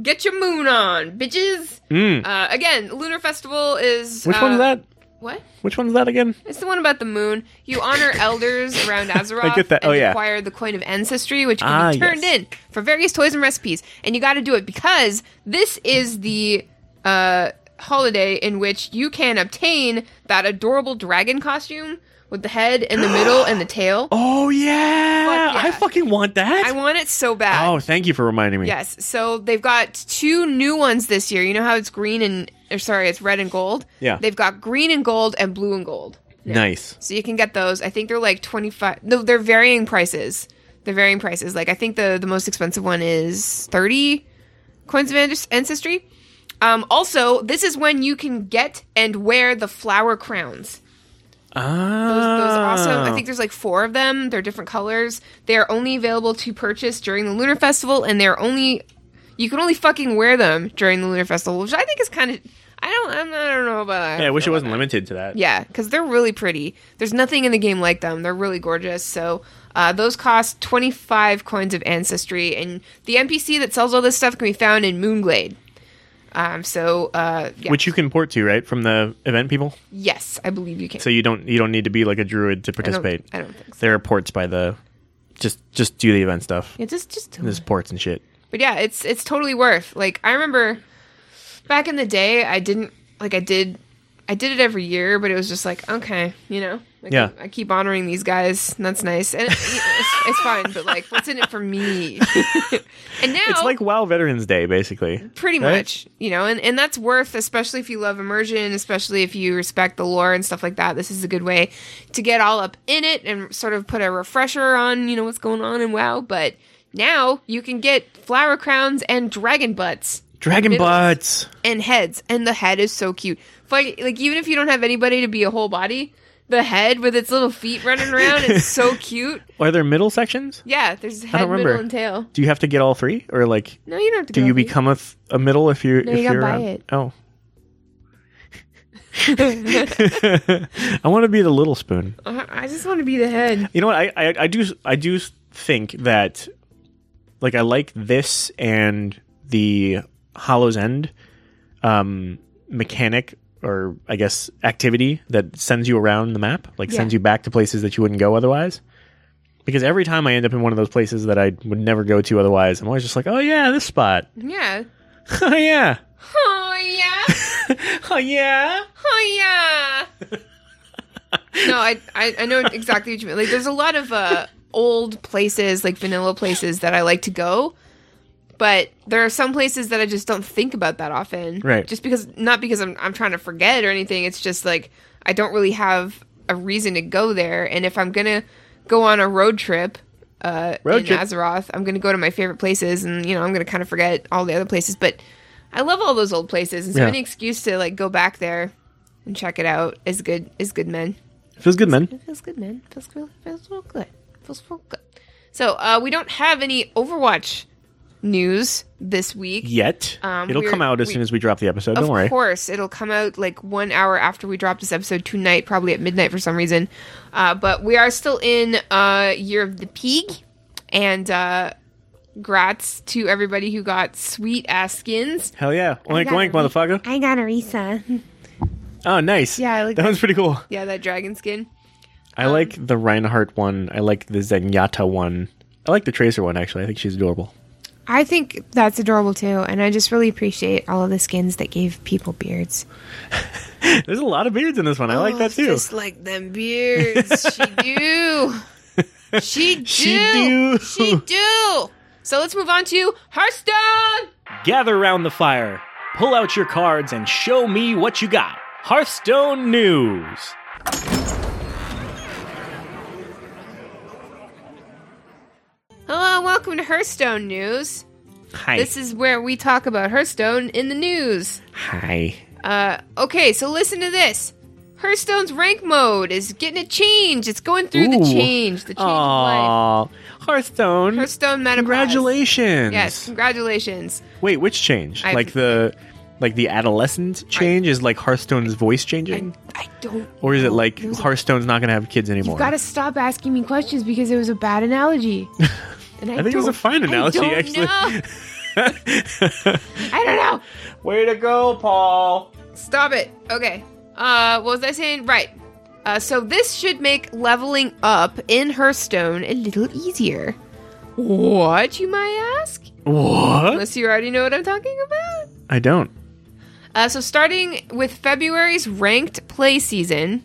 S1: Get your moon on, bitches. Uh, again, Lunar Festival is
S2: Hmm. Which
S1: uh,
S2: one's that?
S1: What?
S2: Which one's that again?
S1: It's the one about the moon. You honor elders around Azeroth
S2: I get that. Oh,
S1: and
S2: yeah.
S1: acquire the coin of ancestry, which can
S2: Ah,
S1: be turned
S2: yes.
S1: in for various toys and recipes. And you got to do it because this is the uh, holiday in which you can obtain that adorable dragon costume with the head and the middle and the tail.
S2: Oh yeah,
S1: Fuck yeah.
S2: I fucking want that.
S1: I want it so bad.
S2: oh, thank you for reminding me.
S1: Yes. So they've got two new ones this year. You know how it's green and, or sorry, it's red and gold?
S2: Yeah.
S1: They've got green and gold and blue and gold.
S2: Nice.
S1: So you can get those. I think they're like 25 No, they're varying prices. They're varying prices. Like I think the the most expensive one is 30 coins of Andes- ancestry. Um also, this is when you can get and wear the flower crowns.
S2: Ah.
S1: Those, those also, I think there's like four of them. They're different colors. They are only available to purchase during the Lunar Festival, and they're only you can only fucking wear them during the Lunar Festival, which I think is kind of I don't I'm- I don't know about that.
S2: Yeah, I wish it wasn't limited to that.
S1: Yeah, because they're really pretty. There's nothing in the game like them. They're really gorgeous. So uh, those cost 25 coins of ancestry, and the NPC that sells all this stuff can be found in Moonglade. Um, so uh, yeah.
S2: Which you can port to, right, from the event people.
S1: yes, I believe you can.
S2: So you don't you don't need to be like a druid
S1: I
S2: to
S1: don't-
S2: participate.
S1: I don't think so.
S2: There are ports by the just just do the event stuff.
S1: Yeah, just just do
S2: There's ports and shit.
S1: but yeah, it's it's totally worth. Like I remember back in the day, I didn't like I did I did it every year, but it was just like okay, you know, like,
S2: Yeah.
S1: I, keep honoring these guys, and that's nice, and it, it's, it's fine. But like, what's in it for me? and now
S2: It's like WoW Veterans Day, basically.
S1: pretty
S2: right?
S1: much you know and, and that's worth especially if you love immersion especially if you respect the lore and stuff like that this is a good way to get all up in it and sort of put a refresher on you know what's going on in wow but now you can get flower crowns and dragon butts
S2: Dragon
S1: Middle-
S2: butts.
S1: and heads and the head is so cute like, like even if you don't have anybody to be a whole body the head with its little feet running around is so cute
S2: Are there middle sections?
S1: yeah there's head
S2: remember.
S1: middle and tail
S2: Do you have to get all three, or like,
S1: no you don't have to
S2: do
S1: go
S2: you
S1: with me.
S2: become a, th- a middle if you're?
S1: No,
S2: if
S1: you gotta
S2: are
S1: buy
S2: on...
S1: it.
S2: Oh. I want to be the little spoon.
S1: Uh, i just want to be the head
S2: You know what? I, I I do I do think that like I like this and the Hollow's End um mechanic or I guess activity that sends you around the map, like
S1: Yeah.
S2: sends you back to places that you wouldn't go otherwise. because every time I end up in one of those places that I would never go to otherwise, I'm always just like, oh yeah, this spot.
S1: Yeah.
S2: oh yeah.
S1: Oh yeah.
S2: Oh yeah.
S1: Oh yeah. no, I, I I know exactly what you mean. Like, there's a lot of uh, old places, like vanilla places, that I like to go, but there are some places that I just don't think about that often.
S2: Right.
S1: Just because, not because I'm I'm trying to forget or anything. It's just like I don't really have a reason to go there, and if I'm gonna go on a road trip. Uh,
S2: Road
S1: in
S2: trip.
S1: Azeroth, I'm going to go to my favorite places, and you know I'm going to kind of forget all the other places. But I love all those old places, and so
S2: Yeah.
S1: any excuse to like go back there and check it out is good is good men.
S2: Feels good, man.
S1: It feels good, man. Feels good. Feels real good. Feels real good. So uh, we don't have any Overwatch news this week.
S2: Yet
S1: Um,
S2: it'll
S1: we're-
S2: come out as
S1: we-
S2: soon as we drop the episode.
S1: Of
S2: Don't worry.
S1: course, it'll come out like one hour after we drop this episode tonight, probably at midnight for some reason. Uh, but we are still in uh, Year of the Pig, and uh, grats to everybody who got sweet ass skins.
S2: Hell yeah! Oink
S3: got
S2: oink,
S3: it.
S2: motherfucker.
S3: I got Arisa.
S2: Oh, nice.
S1: Yeah, I like
S2: that
S1: that.
S2: one's pretty cool.
S1: Yeah, that dragon skin.
S2: I like the Reinhardt one. I like the Zenyatta one. I like the Tracer one actually. I think she's adorable.
S1: I think that's adorable too, and I just really appreciate all of the skins that gave people beards.
S2: There's a lot of beards in this one. I like that too.
S1: Oh, Just like them beards, she do. She do.
S2: She do.
S1: She do. So let's move on to Hearthstone.
S4: Gather round the fire, pull out your cards, and show me what you got. Hearthstone News.
S1: Hello, and welcome to Hearthstone News.
S2: Hi.
S1: This is where we talk about Hearthstone in the news.
S2: Hi.
S1: Uh, okay, so listen to this. Hearthstone's rank mode is getting a change. It's going through the
S2: Ooh.
S1: change, the change of life.
S2: Aw. Hearthstone.
S1: Hearthstone Meta
S2: Congratulations.
S1: Yes, congratulations.
S2: Wait, which change?
S1: I-
S2: like the like the adolescent change is like Hearthstone's voice changing,
S1: I don't.
S2: or is it like
S1: There's a-
S2: Hearthstone's not going to have kids anymore?
S1: You've got to stop asking me questions because it was a bad analogy. And
S2: I think it was a
S1: don't-
S2: fine analogy,
S1: I don't
S2: actually.
S1: know. I don't know.
S2: Way to go, Paul.
S1: Stop it. Okay. Uh, what was I saying? Right. Uh, so this should make leveling up in Hearthstone a little easier. What you might ask?
S2: What?
S1: Unless you already know what I'm talking about.
S2: I don't.
S1: Uh, so starting with February's ranked play season,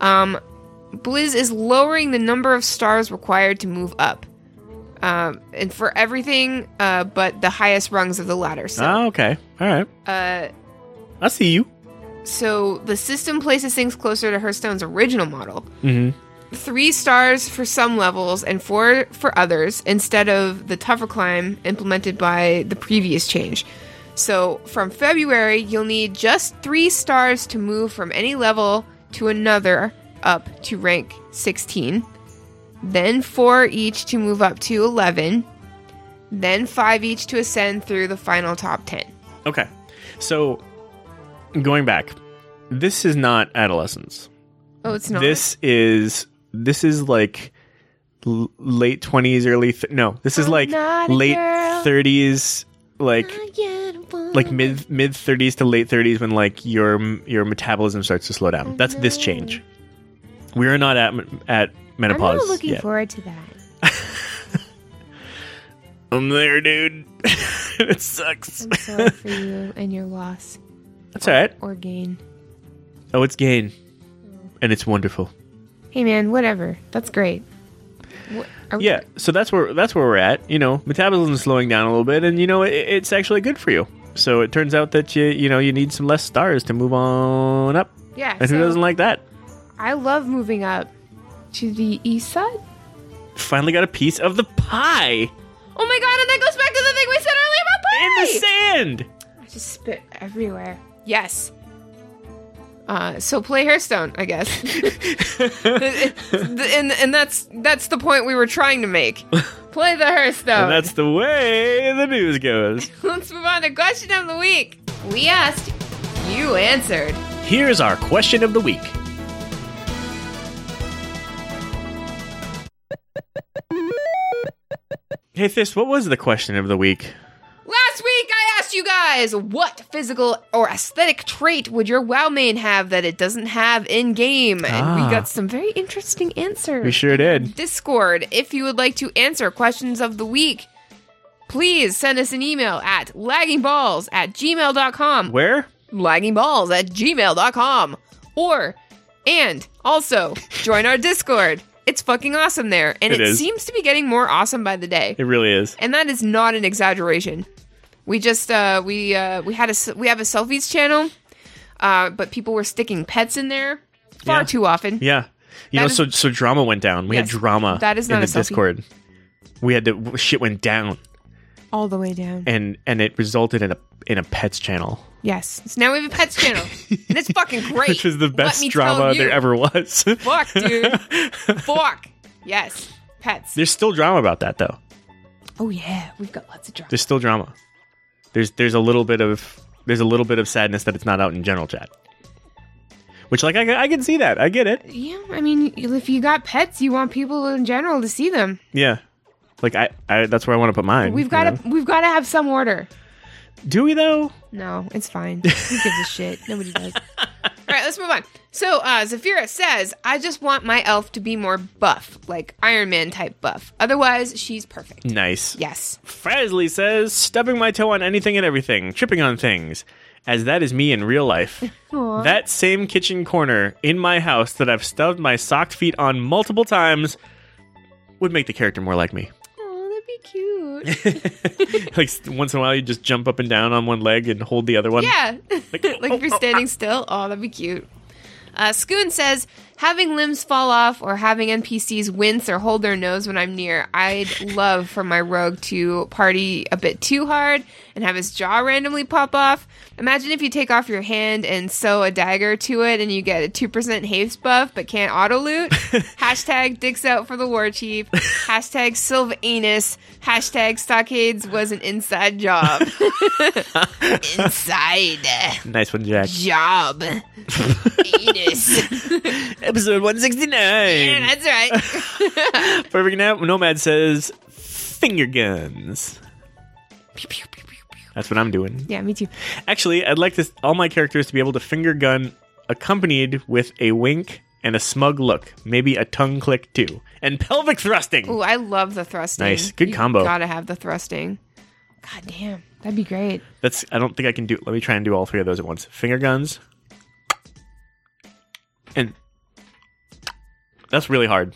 S1: um, Blizz is lowering the number of stars required to move up, um, and for everything uh, but the highest rungs of the ladder. So,
S2: Oh, okay. All right.
S1: uh,
S2: I see you.
S1: so the system places things closer to Hearthstone's original model.
S2: Mhm.
S1: Three stars for some levels and four for others, instead of the tougher climb implemented by the previous change. So from February, you'll need just three stars to move from any level to another up to rank 16, then four each to move up to 11, then five each to ascend through the final top 10.
S2: Okay. So, going back, this is not adolescence.
S1: Oh, it's not.
S2: This is this is like l- late twenties, early th- no. This is
S3: I'm
S2: like
S3: not a
S2: late
S3: girl.
S2: thirties, like like
S3: Like
S2: mid mid thirties to late thirties when like your your metabolism starts to slow down. That's this change. We are not at m- at
S3: Mm-hmm. I'm
S2: menopause
S3: not looking
S2: yet.
S3: forward to that.
S2: I'm there, dude. it sucks.
S1: I'm sorry for you and your loss
S2: That's all right.
S1: or gain.
S2: Oh, it's gain, and it's wonderful.
S1: Hey man, whatever. That's great. What, are we-
S2: Yeah, so that's where that's where we're at. You know, metabolism's slowing down a little bit, and you know it, it's actually good for you. So it turns out that you you know you need some less stars to move on up.
S1: yeah.
S2: And
S1: so
S2: who doesn't like that?
S1: I love moving up to the east side.
S2: Finally got a piece of the pie
S1: Oh my god! And that goes back to the thing we said earlier about
S2: in
S1: pie.
S2: the sand.
S1: I just spit everywhere. Yes. Uh, so play Hearthstone, I guess. and and that's that's the point we were trying to make. Play the Hearthstone.
S2: And that's the way the news goes.
S1: Let's move on to question of the week. We asked, you answered.
S4: Here's our question of the week.
S2: Hey, Thist, what was the question of the week?
S1: Last week I asked you you guys, what physical or aesthetic trait would your WoW main have that it doesn't have in game? And
S2: Ah.
S1: we got some very interesting answers.
S2: We sure did.
S1: Discord, if you would like to answer questions of the week, please send us an email at laggingballs at gmail.com.
S2: Where?
S1: Laggingballs at gmail.com. Or, and also, join our Discord. It's fucking awesome there, and
S2: It
S1: it,
S2: is.
S1: seems to be getting more awesome by the day
S2: It really is.
S1: and that is not an exaggeration. We just uh, we uh, we had a s- we have a selfies channel, uh, but people were sticking pets in there far
S2: Yeah.
S1: too often.
S2: Yeah. You
S1: That
S2: know,
S1: is-
S2: so so drama went down. We
S1: Yes.
S2: had drama
S1: That is
S2: in
S1: not
S2: the
S1: a selfie.
S2: Discord. We had to shit went down
S1: All the way down.
S2: and and it resulted in a in a pets channel.
S1: Yes. So now we have a pets channel, and it's fucking great.
S2: Which is the
S1: Let
S2: best
S1: me tell
S2: drama
S1: you.
S2: there ever was.
S1: Fuck, dude. Fuck. Yes. Pets.
S2: There's still drama about that though.
S1: Oh yeah, we've got lots of drama.
S2: There's still drama. There's there's a little bit of there's a little bit of sadness that it's not out in general chat. Which like I, I can see that. I get it.
S1: Yeah, I mean, if you got pets, you want people in general to see them.
S2: Yeah. Like I, I that's where I want to put mine.
S1: We've got
S2: you know?
S1: to we've got to have some order.
S2: Do we though?
S1: No, it's fine. Who gives a shit? Nobody does. All right, let's move on. So, uh, Zafira says, I just want my elf to be more buff, like Iron Man type buff. Otherwise, she's perfect.
S2: Nice.
S1: Yes.
S2: Frasley says, stubbing my toe on anything and everything, tripping on things, as that is me in real life. That same kitchen corner in my house that I've stubbed my socked feet on multiple times would make the character more like me.
S1: Oh, that'd be cute.
S2: like s- once in a while, you just jump up and down on one leg and hold the other one.
S1: Yeah.
S2: Like,
S1: like if you're standing still, oh, that'd be cute. Uh, Schoon says, having limbs fall off or having NPCs wince or hold their nose when I'm near. I'd love for my rogue to party a bit too hard and have his jaw randomly pop off. Imagine if you take off your hand and sew a dagger to it and you get a 2% haste buff but can't auto loot. Hashtag dicks out for the war chief. Hashtag Sylvanus. Hashtag stockades was an inside job. inside
S2: Nice one, Jack.
S1: job. Anus.
S2: Episode 169.
S1: That's right.
S2: Perfect Now Nomad says, finger guns. That's what I'm doing.
S1: Yeah, me too.
S2: Actually, I'd like to, all my characters to be able to finger gun accompanied with a wink and a smug look, maybe a tongue click too, and pelvic thrusting.
S1: Ooh, I love the thrusting.
S2: Nice. Good
S1: You
S2: combo.
S1: Gotta have the thrusting. God damn. That'd be great.
S2: That's I don't think I can do. Let me try and do all three of those at once. Finger guns, and that's really hard.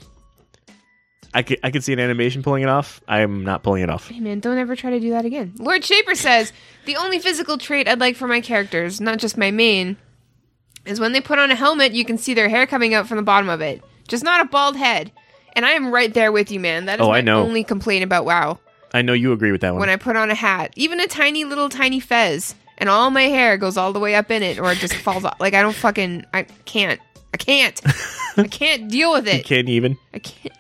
S2: I could I could see an animation pulling it off. I am not pulling it off.
S1: Hey man, don't ever try to do that again. Lord Shaper says the only physical trait I'd like for my characters, not just my main, is when they put on a helmet, you can see their hair coming out from the bottom of it. Just not a bald head. And I am right there with you, man. That is
S2: Oh,
S1: my
S2: I know.
S1: only complaint about WoW.
S2: I know you agree with that one.
S1: when I put on a hat, even a tiny little tiny fez, and all my hair goes all the way up in it, or it just falls off. Like I don't fucking, I can't, I can't, I can't deal with it.
S2: Can't even.
S1: I can't. even.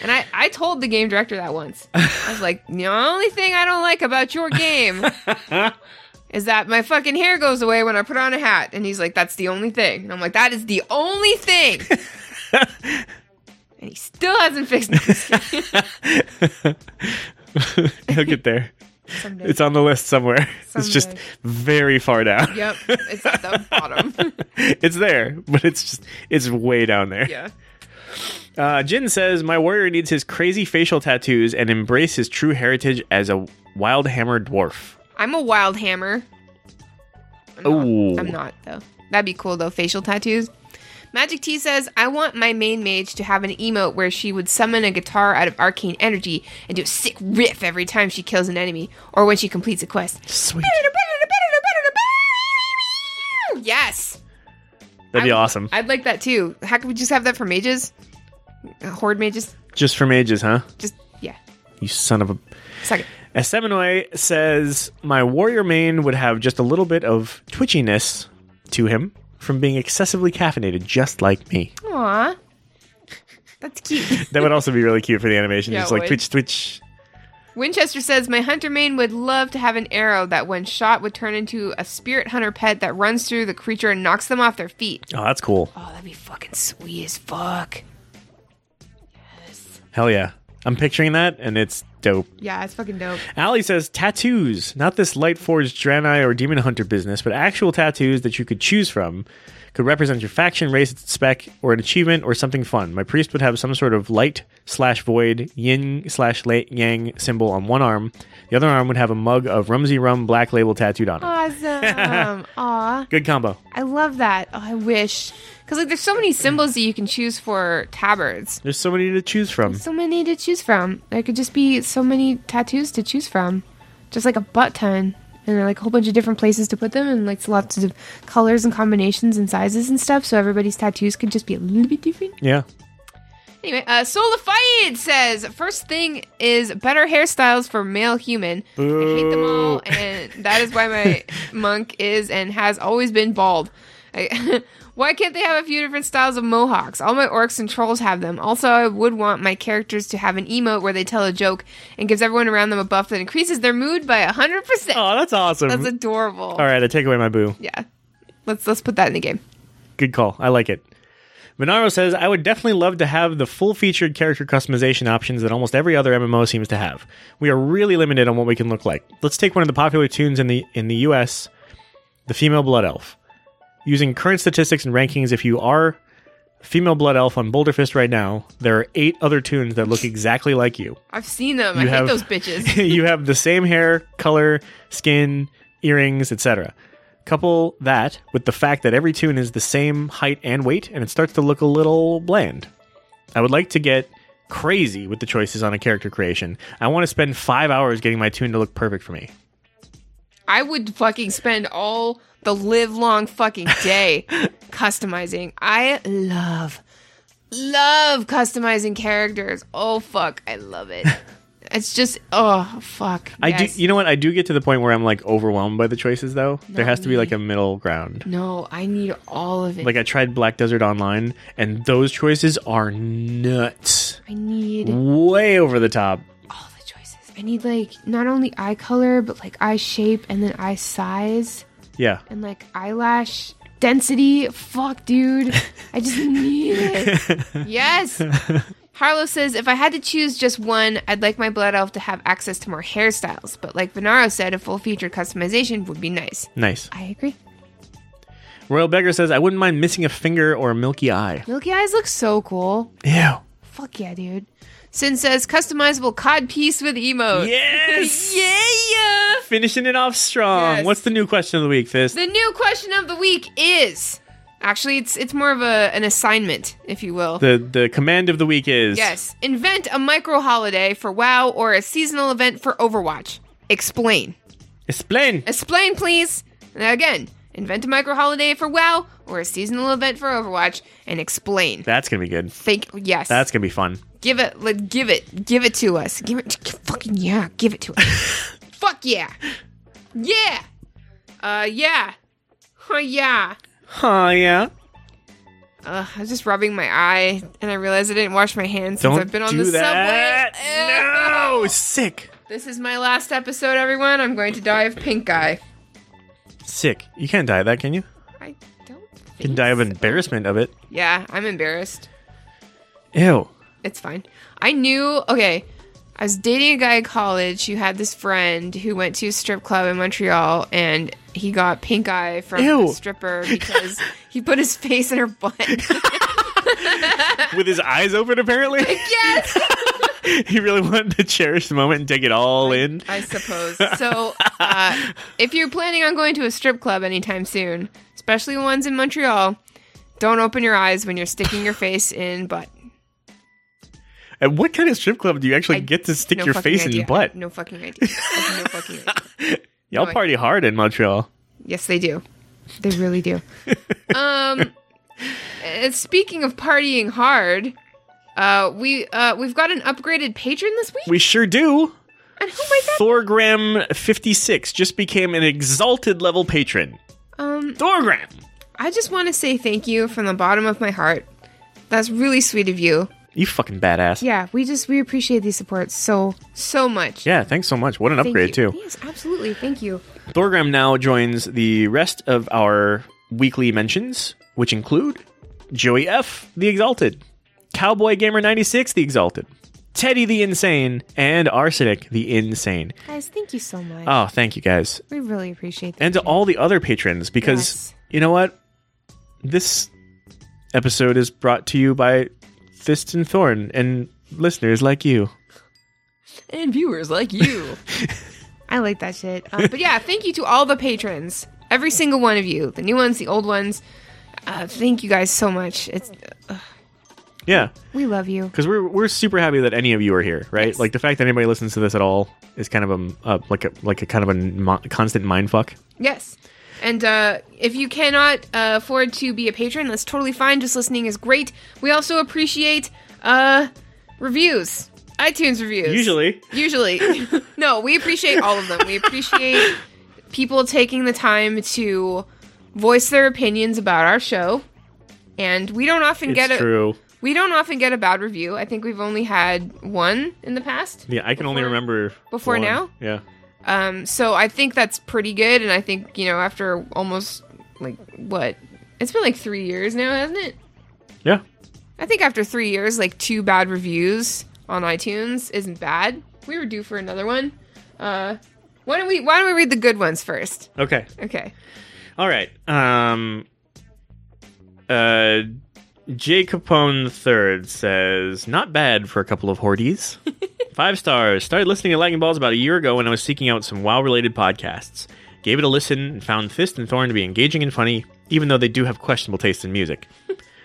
S1: And I, I told the game director that once. I was like, the only thing I don't like about your game is that my fucking hair goes away when I put on a hat. And he's like, that's the only thing. And I'm like, that is the only thing. and he still hasn't fixed it.
S2: He'll get there.
S1: Someday.
S2: It's on the list somewhere. It's just
S1: Someday.
S2: very far down.
S1: yep, it's at the bottom.
S2: it's there, but it's just it's way down there.
S1: yeah.
S2: Uh, Jin says, My warrior needs his crazy facial tattoos and embrace his true heritage as a wild hammer dwarf.
S1: I'm a wild hammer.
S2: Ooh.
S1: I'm not though. That'd be cool though. Facial tattoos. Magic T says, I want my main mage to have an emote where she would summon a guitar out of arcane energy and do a sick riff every time she kills an enemy or when she completes a quest.
S2: Sweet.
S1: Yes.
S2: That'd be
S1: I-
S2: awesome.
S1: I'd like that too. How could we just have that for mages? Horde mages?
S2: just for mages, huh?
S1: Just, yeah.
S2: You son of a.
S1: Suck it.
S2: As Seminoy says, My warrior main would have just a little bit of twitchiness to him from being excessively caffeinated, just like me.
S1: Aw. That's cute.
S2: That would also be really cute for the animation.
S1: Yeah,
S2: just
S1: it
S2: like
S1: would.
S2: twitch, twitch.
S1: Winchester says, My hunter main would love to have an arrow that, when shot, would turn into a spirit hunter pet that runs through the creature and knocks them off their feet.
S2: Oh, that's cool.
S1: Oh, that'd be fucking sweet as fuck.
S2: Hell yeah. I'm picturing that, and it's dope.
S1: Yeah, it's fucking dope.
S2: Allie says tattoos, not this light forged Draenei or demon hunter business, but actual tattoos that you could choose from. Could represent your faction, race, its spec, or an achievement, or something fun. My priest would have some sort of light slash void, yin slash la- yang symbol on one arm. The other arm would have a mug of Rumsey Rum black label tattooed on it.
S1: Awesome. Aw.
S2: Good combo.
S1: I love that. Oh, I wish. Because, like, there's so many symbols that you can choose for tabards.
S2: There's so many to choose from.
S1: So many to choose from. There could just be so many tattoos to choose from. Just like a butt ton. And uh, like a whole bunch of different places to put them, and like lots of colors and combinations and sizes and stuff. So everybody's tattoos could just be a little bit different.
S2: Yeah.
S1: Anyway, uh, Solified says first thing is better hairstyles for male human. I hate them all, and that is why my monk is and has always been bald. I, why can't they have a few different styles of mohawks? All my orcs and trolls have them. Also, I would want my characters to have an emote where they tell a joke and gives everyone around them a buff that increases their mood by hundred percent.
S2: Oh, that's awesome.
S1: That's adorable.
S2: All right, I take away my boo.
S1: Yeah, let's let's put that in the game.
S2: Good call. I like it. Monaro says, I would definitely love to have the full featured character customization options that almost every other MMO seems to have. We are really limited on what we can look like. Let's take one of the popular tunes in the in the US, the female blood elf. Using current statistics and rankings, if you are female blood elf on Boulder Fist right now, there are eight other tunes that look exactly like you.
S1: I've seen them. I
S2: You
S1: hate
S2: have-
S1: those bitches.
S2: you have the same hair, color, skin, earrings, etc. Couple that with the fact that every tune is the same height and weight, and it starts to look a little bland. I would like to get crazy with the choices on a character creation. I want to spend five hours getting my tune to look perfect for me.
S1: I would fucking spend all the live long fucking day customizing. I love, love customizing characters. Oh fuck, I love it. It's just oh fuck.
S2: I do.
S1: yes.
S2: You know what? I do get to the point where I'm like overwhelmed by the choices, though. there has to be like a middle ground.
S1: no, I need all of it.
S2: Like I tried Black Desert Online, and those choices are nuts,
S1: I need
S2: Mm.
S1: all
S2: way over the top.
S1: the choices. I need like not only eye color but like eye shape and then eye size
S2: Yeah.
S1: and like eyelash density. Fuck, dude. I just need it. Yes. Harlow says, if I had to choose just one, I'd like my blood elf to have access to more hairstyles. But like Venaro said, a full featured customization would be nice.
S2: Nice.
S1: I agree.
S2: Royal Beggar says, I wouldn't mind missing a finger or a milky eye.
S1: Milky eyes look so cool.
S2: Ew.
S1: Fuck yeah, dude. Sin says, customizable cod piece with emote.
S2: Yes!
S1: yeah!
S2: Finishing it off strong.
S1: Yes.
S2: What's the new question of the week, Fist?
S1: The new question of the week is actually it's it's more of a an assignment, if you will.
S2: The the command of the week is
S1: Yes. Invent a micro holiday for WoW or a seasonal event for Overwatch. Explain.
S2: Explain.
S1: Explain, please. And again, invent a micro holiday for WoW or a seasonal event for Overwatch and explain.
S2: That's gonna be good.
S1: Think yes.
S2: That's gonna be fun.
S1: give it. Like, give it. Give it to us. Give it. Fucking yeah. Give it to us. Fuck yeah. Yeah. Uh yeah. Huh yeah.
S2: Oh yeah.
S1: Ugh, I was just rubbing my eye and I realized I didn't wash my hands since
S2: Don't
S1: I've been on
S2: do
S1: the
S2: that.
S1: subway. Ew.
S2: No, sick.
S1: This is my last episode, everyone. I'm going to die of pink eye.
S2: Sick. You can't die of that, can you?
S1: I don't.
S2: You can die of embarrassment of it.
S1: Yeah, I'm embarrassed.
S2: Ew.
S1: It's fine. I knew. Okay, I was dating a guy in college who had this friend who went to a strip club in Montreal, and he got pink eye from
S2: Ew.
S1: a stripper because he put his face in her butt.
S2: With his eyes open apparently.
S1: yes,
S2: he really wanted to cherish the moment and take it all in.
S1: I suppose. So, uh, if you're planning on going to a strip club anytime soon, especially ones in Montreal, don't open your eyes when you're sticking your face in butt.
S2: At what kind of strip club do you actually
S1: I-
S2: get to stick
S1: no
S2: your
S1: fucking
S2: face
S1: idea.
S2: in butt?
S1: No fucking idea. I have no fucking idea.
S2: Y'all
S1: I-
S2: party hard in Montreal.
S1: Yes, they do. They really do. um, uh, speaking of partying hard, uh, we uh, we've got an upgraded patron this week,
S2: We sure do.
S1: and oh my god,
S2: Thorgram fifty six just became an exalted level patron.
S1: um,
S2: Thorgram.
S1: I just want to say thank you from the bottom of my heart. That's really sweet of you.
S2: You fucking badass.
S1: Yeah, we just we appreciate the support so so much.
S2: Yeah, thanks so much. What an
S1: Thank
S2: upgrade
S1: you.
S2: too.
S1: Yes, absolutely. Thank you.
S2: Thorgram now joins the rest of our weekly mentions, which include Joey F, the Exalted, Cowboy Gamer ninety six, the Exalted, Teddy the Insane, and Arsenic the Insane.
S1: Guys, thank you so much.
S2: Oh, thank you guys.
S1: we really appreciate that.
S2: And to all the other patrons, because
S1: Yes.
S2: you know what? This episode is brought to you by Fist and Thorn and listeners like you.
S1: and viewers like you. I like that shit. Um, but yeah, thank you to all the patrons, every single one of you, the new ones, the old ones. Uh, thank you guys so much. It's
S2: Yeah.
S1: we love you.
S2: because we're we're super happy that any of you are here, right? Like the fact that anybody listens to this at all is kind of a, a like a like a kind of a mo- constant mind fuck.
S1: Yes. And uh, if you cannot uh, afford to be a patron, that's totally fine. Just listening is great. We also appreciate uh, reviews, iTunes reviews.
S2: Usually,
S1: Usually. no, we appreciate all of them. We appreciate people taking the time to voice their opinions about our show. And we don't often
S2: it's
S1: get a
S2: true.
S1: we don't often get a bad review. I think we've only had one in the past.
S2: Yeah, I can only
S1: Before-
S2: remember
S1: before
S2: one.
S1: now?
S2: Yeah,
S1: Um, so I think that's pretty good, and I think you know after almost like what it's been like three years now, hasn't it?
S2: yeah,
S1: I think after three years, like two bad reviews on iTunes isn't bad. We were due for another one. Uh, why don't we Why don't we read the good ones first?
S2: okay,
S1: Okay.
S2: all right. Um, uh, Jay Capone third says not bad for a couple of hordies. Five stars. Started listening to Lagging Balls about a year ago when I was seeking out some WoW related podcasts. Gave it a listen and found Fist and Thorn to be engaging and funny, even though they do have questionable taste in music.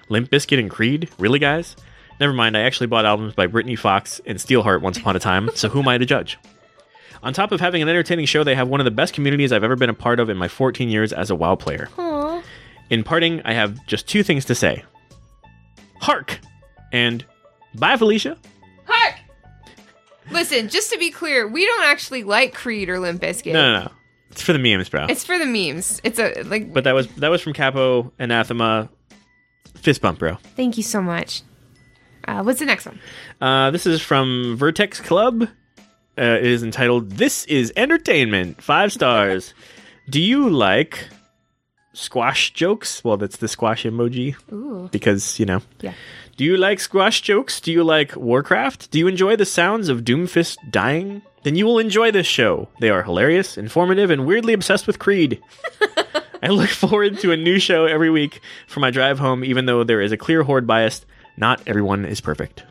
S2: Limp Bizkit and Creed? Really, guys? Never mind, I actually bought albums by Britney Fox and Steelheart once upon a time, so who am I to judge? On top of having an entertaining show, they have one of the best communities I've ever been a part of in my 14 years as a WoW player.
S1: Aw.
S2: In parting, I have just two things to say Hark! And bye, Felicia.
S1: Hark. Listen, just to be clear, we don't actually like Creed or Limp Bizkit.
S2: No, no, no. It's for the memes, bro.
S1: It's for the memes. It's a like.
S2: But that was that was from Capo Anathema Fist Bump, bro.
S1: thank you so much. Uh, what's the next one?
S2: Uh, this is from Vertex Club. Uh, it is entitled "This is Entertainment." Five stars. Do you like squash jokes? Well, that's the squash emoji
S1: Ooh.
S2: because you know.
S1: Yeah.
S2: Do you like squash jokes? Do you like Warcraft? Do you enjoy the sounds of Doomfist dying? Then you will enjoy this show. They are hilarious, informative, and weirdly obsessed with Creed. I look forward to a new show every week for my drive home, even though there is a clear horde bias. Not everyone is perfect.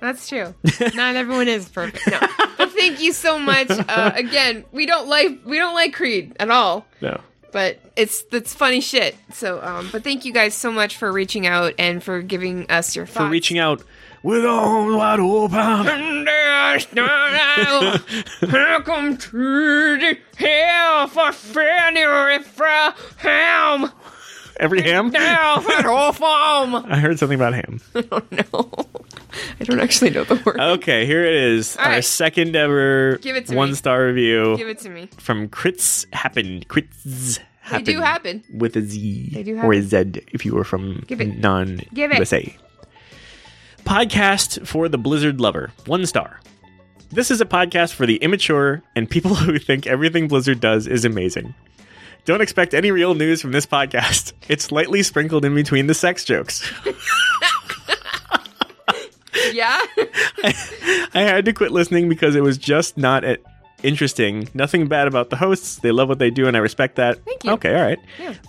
S1: That's true. Not everyone is perfect. No. But thank you so much. Uh, again, we don't like we don't like Creed at all,
S2: No.
S1: but it's that's funny shit. So, um, but thank you guys so much for reaching out and for giving us your
S2: for
S1: thoughts.
S2: reaching out with arms wide open.
S1: Welcome to the hell for failure from ham.
S2: Every ham?
S1: Now for all farm.
S2: I heard something about ham.
S1: I don't know. I don't actually know the word.
S2: Okay, here it is.
S1: All
S2: our
S1: right.
S2: second ever
S1: Give it to me.
S2: one star review
S1: Give it to me.
S2: from Crits Happened. Crits Happened.
S1: do happen.
S2: With a Z.
S1: They do
S2: Or a
S1: happen.
S2: Z if you were from
S1: Give it.
S2: non
S1: Give it.
S2: USA. Podcast for the Blizzard lover. One star. This is a podcast for the immature and people who think everything Blizzard does is amazing. Don't expect any real news from this podcast. It's lightly sprinkled in between the sex jokes.
S1: Yeah.
S2: I had to quit listening because it was just not uh, interesting. Nothing bad about the hosts. They love what they do, and I respect that.
S1: Thank you.
S2: Okay, all right.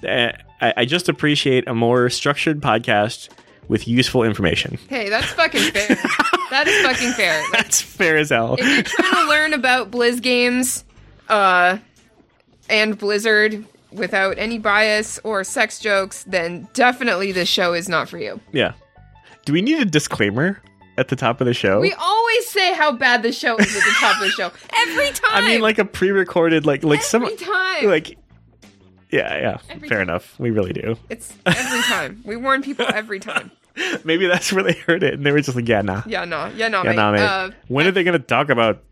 S2: Uh, I, I just appreciate a more structured podcast with useful information.
S1: Hey, that's fucking fair. that is fucking fair. Like,
S2: That's fair as hell.
S1: if you're trying to learn about Blizz games, uh, and Blizzard without any bias or sex jokes, then definitely this show is not for you.
S2: yeah. Do we need a disclaimer at the top of the show?
S1: We always say how bad the show is at the top of the show every time.
S2: I mean, like a pre-recorded, like like some
S1: every time.
S2: like. Yeah, yeah.
S1: Every
S2: fair
S1: time.
S2: enough. We really do.
S1: it's every time. We warn people every time.
S2: Maybe that's where they heard it, and they were just like, "Yeah, nah,
S1: Yeah, no, yeah, no,
S2: yeah,
S1: mate.
S2: nah, mate."
S1: Uh,
S2: when are they gonna talk about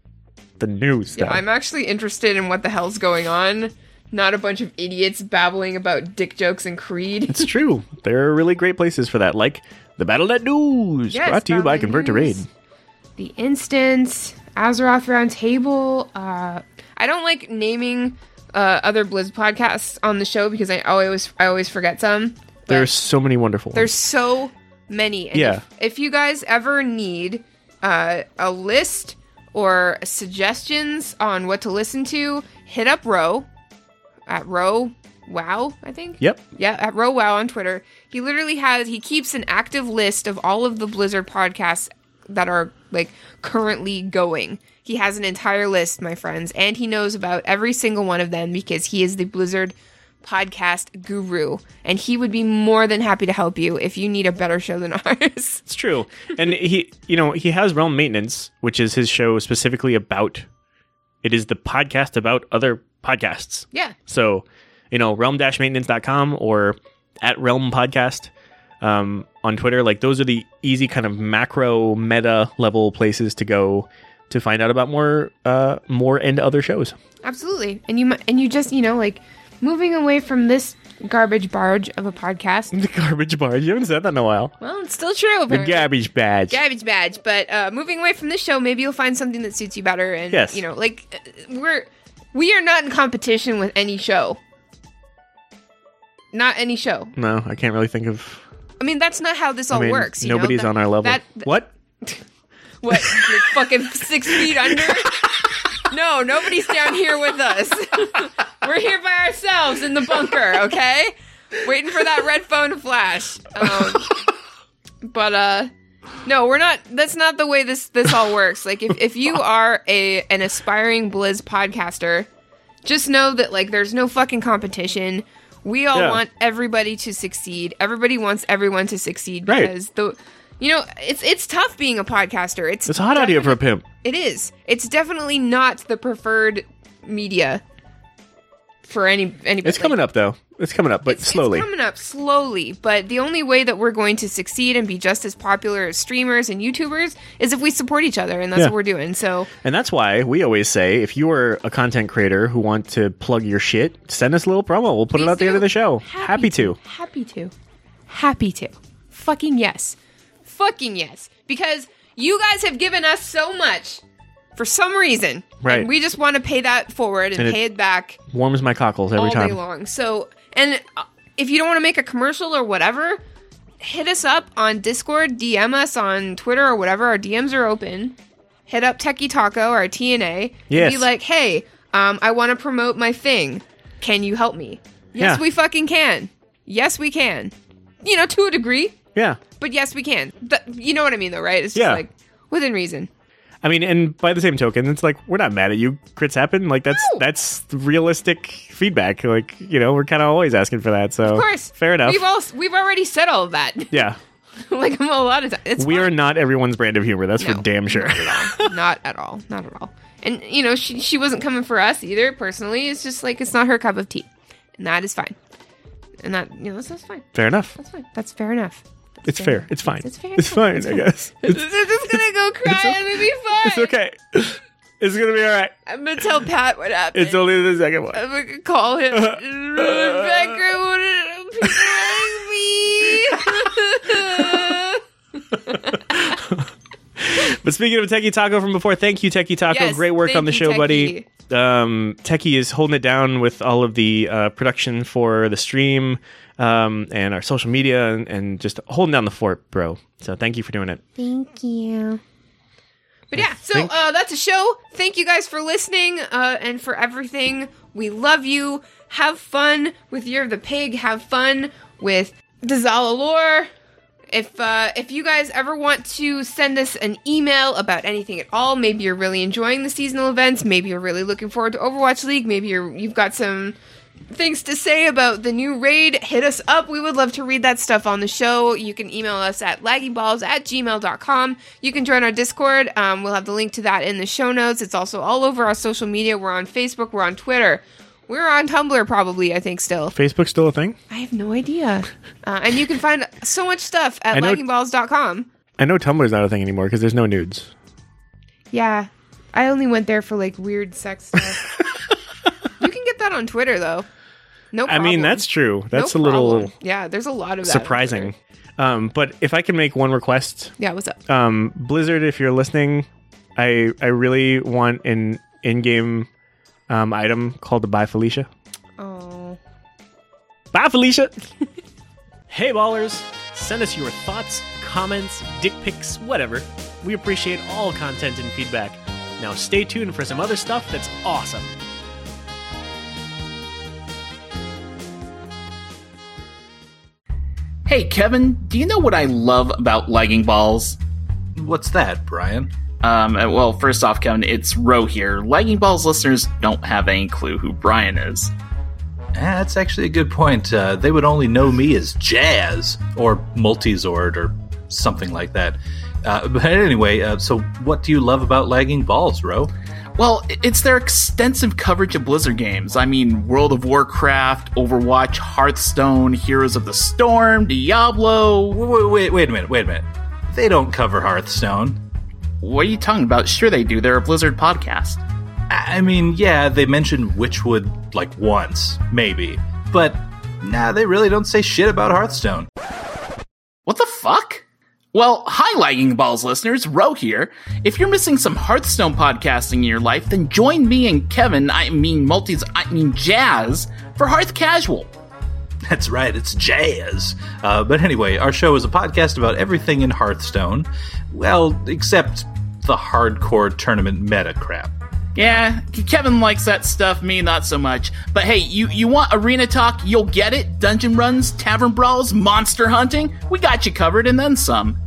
S2: the news?
S1: yeah,
S2: stuff?
S1: I'm actually interested in what the hell's going on. Not a bunch of idiots babbling about dick jokes and Creed.
S2: It's true. There are really great places for that, like the Battle.net News,
S1: Yes,
S2: brought to you by
S1: Battle.net
S2: Convert to Raid.
S1: News. The Instance, Azeroth Roundtable. Uh, I don't like naming uh, other Blizz podcasts on the show because I always I always forget some. But
S2: There are so many wonderful.
S1: there's so many. And
S2: Yeah.
S1: If, if you guys ever need uh, a list or suggestions on what to listen to, hit up Roe at Roe Wow, I think.
S2: Yep.
S1: Yeah, at Row Wow on Twitter. He literally has he keeps an active list of all of the Blizzard podcasts that are like currently going. He has an entire list, my friends, and he knows about every single one of them because he is the Blizzard podcast guru and he would be more than happy to help you if you need a better show than ours.
S2: It's true. And he, you know, he has Realm Maintenance, which is his show specifically about it is the podcast about other podcasts.
S1: yeah.
S2: So, you know, realm-maintenance.com or at realm podcast um, on Twitter. Like those are the easy kind of macro meta level places to go to find out about more, uh, more and other shows.
S1: Absolutely. And you mu- and you just, you know, like moving away from this garbage barge of a podcast.
S2: The garbage barge. You haven't said that in a while.
S1: Well, it's still true.
S2: The
S1: apparently.
S2: garbage badge.
S1: garbage badge. But uh, moving away from this show, maybe you'll find something that suits you better. And
S2: Yes.
S1: you know, like uh, we're we are not in competition with any show. Not any show.
S2: no, I can't really think of.
S1: I mean, that's not how this all
S2: I mean,
S1: works. You know?
S2: nobody's
S1: That-
S2: on our level.
S1: That,
S2: what?
S1: what? like, fucking six feet under. No, nobody's down here with us. We're here by ourselves in the bunker, okay? Waiting for that red phone to flash. Um, but uh no, we're not that's not the way this this all works. Like if if you are a an aspiring Blizz podcaster, just know that like there's no fucking competition. We all
S2: Yeah.
S1: want everybody to succeed. Everybody wants everyone to succeed
S2: Right.
S1: because the you know, it's it's tough being a podcaster. It's
S2: It's a hot idea for a pimp.
S1: it is. It's definitely not the preferred media for any anybody.
S2: It's coming up though. It's coming up, but slowly.
S1: It's coming up slowly, but the only way that we're going to succeed and be just as popular as streamers and YouTubers is if we support each other, and that's
S2: Yeah.
S1: what we're doing. So
S2: And that's why we always say if you are a content creator who want to plug your shit, send us a little promo. We'll put it out at the end of the show. Happy, to.
S1: Happy to. Happy to. Fucking yes. Fucking yes. Because you guys have given us so much for some reason.
S2: Right.
S1: And we just want to pay that forward and,
S2: And it-
S1: pay it back
S2: Warms my cockles every
S1: all day
S2: time.
S1: long. So, and uh, if you don't want to make a commercial or whatever, hit us up on Discord, DM us on Twitter or whatever. Our DMs are open. Hit up Techie Taco, our TNA.
S2: Yes.
S1: Be like, hey, um, I want to promote my thing. Can you help me? Yes,
S2: Yeah.
S1: we fucking can. Yes, we can. You know, to a degree,
S2: Yeah.
S1: but yes, we can. Th- you know what I mean, though, right? It's just
S2: Yeah.
S1: like within reason.
S2: I mean, and by the same token, it's like we're not mad at you. Crits happen. Like that's
S1: No.
S2: that's realistic feedback. Like you know, we're kind of always asking for that. So
S1: Of course,
S2: fair enough.
S1: We've all we've already said all of that.
S2: yeah,
S1: like a lot of times, it's
S2: we
S1: fine.
S2: are not everyone's brand of humor. That's
S1: No,
S2: for damn sure.
S1: not at all not at all and you know she, she wasn't coming for us either personally it's just like it's not her cup of tea and that is fine and that you know that's, that's fine
S2: fair enough.
S1: that's fine that's fair enough
S2: It's fair. It's fine.
S1: It's fair.
S2: It's fine. I guess.
S1: i'm just gonna go cry and it'll be fine
S2: It's okay. it's gonna be all right.
S1: i'm gonna tell pat what happened
S2: It's only the second one.
S1: i'm gonna call him Rebecca wanted people like me
S2: But speaking of Techie Taco from before, thank you, Techie Taco.
S1: Yes,
S2: Great work
S1: thank
S2: on the
S1: you,
S2: show,
S1: Techie.
S2: buddy. Um, Techie is holding it down with all of the uh, production for the stream um, and our social media and, and just holding down the fort, bro. So thank you for doing it.
S3: Thank you.
S1: But yeah, so
S2: think-
S1: uh, that's a show. Thank you guys for listening uh, and for everything. We love you. Have fun with Year of the Pig. Have fun with Dizzalalore. If uh, if you guys ever want to send us an email about anything at all, maybe you're really enjoying the seasonal events. Maybe you're really looking forward to Overwatch League. Maybe you're you've got some things to say about the new raid, hit us up. We would love to read that stuff on the show. You can email us at laggyballs at gmail.com. You can join our Discord. Um, we'll have the link to that in the show notes. It's also all over our social media. We're on Facebook, we're on Twitter. We're on Tumblr, probably, I think, still.
S2: Facebook's still a thing?
S1: I have no idea. Uh, and you can find so much stuff at
S2: I know-
S1: laggingballs.com.
S2: I know Tumblr's not a thing anymore because there's no nudes.
S1: Yeah. I only went there for like weird sex stuff. you can get that on Twitter, though. No
S2: I
S1: problem.
S2: mean, that's true.
S1: No
S2: That's a little
S1: problem. Yeah, there's a lot of that on
S2: surprising.
S1: Twitter.
S2: Um, but if I can make one request
S1: Yeah, what's up?
S2: um, Blizzard, if you're listening, I I really want an in-game um, item called the Buy Felicia.
S1: Oh.
S2: Bye, Felicia. hey, ballers. Send us your thoughts, comments, dick pics, whatever,
S4: We appreciate all content and feedback. Now stay tuned for some other stuff that's awesome.
S6: Hey, Kevin, do you know what I love about lagging balls?
S7: What's that, Brian?
S6: Um, uh, well, first off, Kevin, it's Ro here. Lagging balls listeners don't have any clue who Brian is.
S7: Ah, that's actually a good point. Uh, they would only know me as Jazz or Multizord or something like that. Uh, but anyway, uh, so what do you love about lagging balls, Ro?
S6: Well, i- it's their extensive coverage of Blizzard games. I mean, World of Warcraft, Overwatch, Hearthstone, Heroes of the Storm, Diablo.
S7: Wait, wait, wait, wait a minute, wait a minute. They don't cover Hearthstone.
S6: What are you talking about? Sure, they do. They're a Blizzard podcast.
S7: I I mean, yeah, they mentioned Witchwood like once, maybe. But nah, they really don't say shit about Hearthstone.
S6: What the fuck? Well, hi, Lagging Balls listeners, Ro here. If you're missing some Hearthstone podcasting in your life, then join me and Kevin, I mean Multis, I mean Jazz, for Hearth Casual.
S7: That's right, it's jazz. Uh, but anyway, our show is a podcast about everything in Hearthstone. Well, except the hardcore tournament meta crap.
S6: Yeah, Kevin likes that stuff, me not so much. But hey, you, you want arena talk, you'll get it. Dungeon runs, tavern brawls, monster hunting, we got you covered and then some.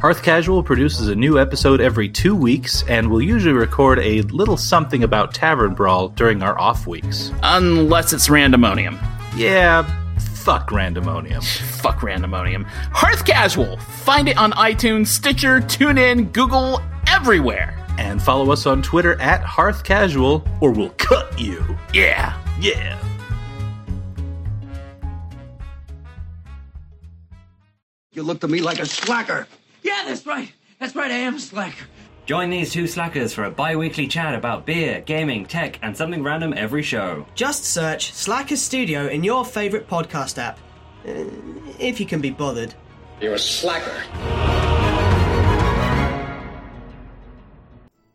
S7: Hearth Casual produces a new episode every two weeks, and we'll usually record a little something about Tavern Brawl during our off weeks.
S6: Unless it's randomonium.
S7: Yeah, fuck Randomonium.
S6: Fuck randomonium. Hearth Casual! Find it on iTunes, Stitcher, TuneIn, Google, everywhere.
S7: And follow us on Twitter at Hearth Casual, or we'll cut you.
S6: Yeah.
S7: Yeah.
S8: You looked at me like a slacker. Yeah, that's right. That's right, I am a slacker.
S9: Join these two slackers for a bi weekly chat about beer, gaming, tech, and something random every show.
S10: Just search Slackers Studio in your favourite podcast app. Uh, if you can be bothered.
S8: You're a slacker.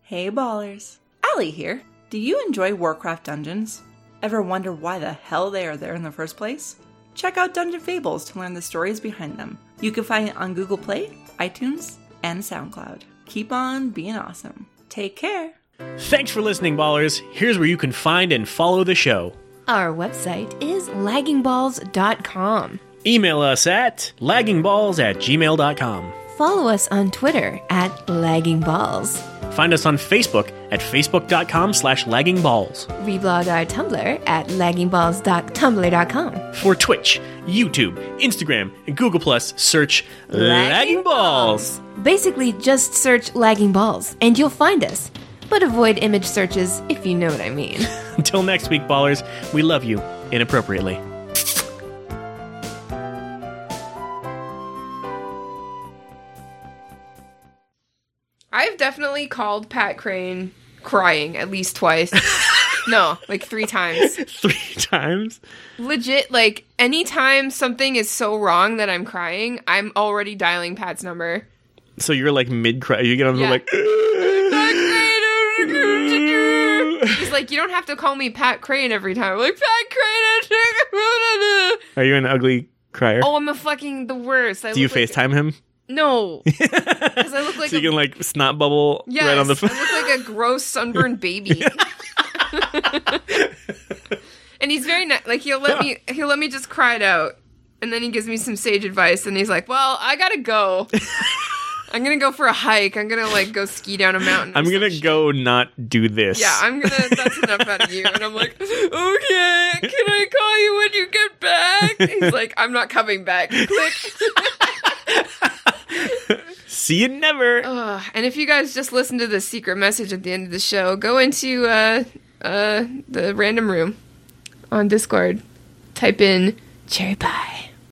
S11: Hey ballers. Allie here. Do you enjoy Warcraft dungeons? Ever wonder why the hell they are there in the first place? Check out Dungeon Fables to learn the stories behind them. You can find it on Google Play, iTunes, and SoundCloud. Keep on being awesome. Take care.
S4: Thanks for listening, ballers. Here's where you can find and follow the show.
S3: Our website
S1: Is laggingballs.com.
S4: Email us at laggingballs at gmail.com.
S3: Follow us on Twitter at laggingballs.
S4: Find us on Facebook at facebook.com slash laggingballs.
S3: Reblog our Tumblr at laggingballs.tumblr.com.
S4: For Twitch, YouTube, Instagram, and Google Plus, search Lagging Balls.
S3: Basically, just search lagging balls and you'll find us. But avoid image searches if you know what I mean.
S4: Until next week, ballers, we love you inappropriately.
S1: I've definitely called Pat Crane crying at least twice. no, like three times.
S2: Three times.
S1: Legit, like anytime something is so wrong that I'm crying, I'm already dialing Pat's number.
S2: So you're like mid cry. You get on the
S1: Yeah.
S2: like.
S1: He's like, you don't have to call me Pat Crane every time. I'm like, Pat Crane.
S2: Are you an ugly crier?
S1: Oh, I'm a fucking the worst. I
S2: Do you
S1: look like-
S2: FaceTime him?
S1: No, because I look like
S2: So you
S1: a,
S2: can like snot bubble
S1: yes,
S2: right on the.
S1: I look like a gross sunburned baby. and he's very nice. Like he'll let me, he'll let me just cry it out, and then he gives me some sage advice. And he's like, "Well, I gotta go. I'm gonna go for a hike. I'm gonna like go ski down a mountain. or
S2: I'm gonna
S1: some shit."
S2: go not do this.
S1: Yeah, I'm gonna. That's enough out of you. And I'm like, okay, can I call you when you get back? He's like, I'm not coming back. Click.
S2: See you never.
S1: Ugh, and if you guys just listen to the secret message at the end of the show, go into uh, uh, the random room on Discord, type in cherry pie.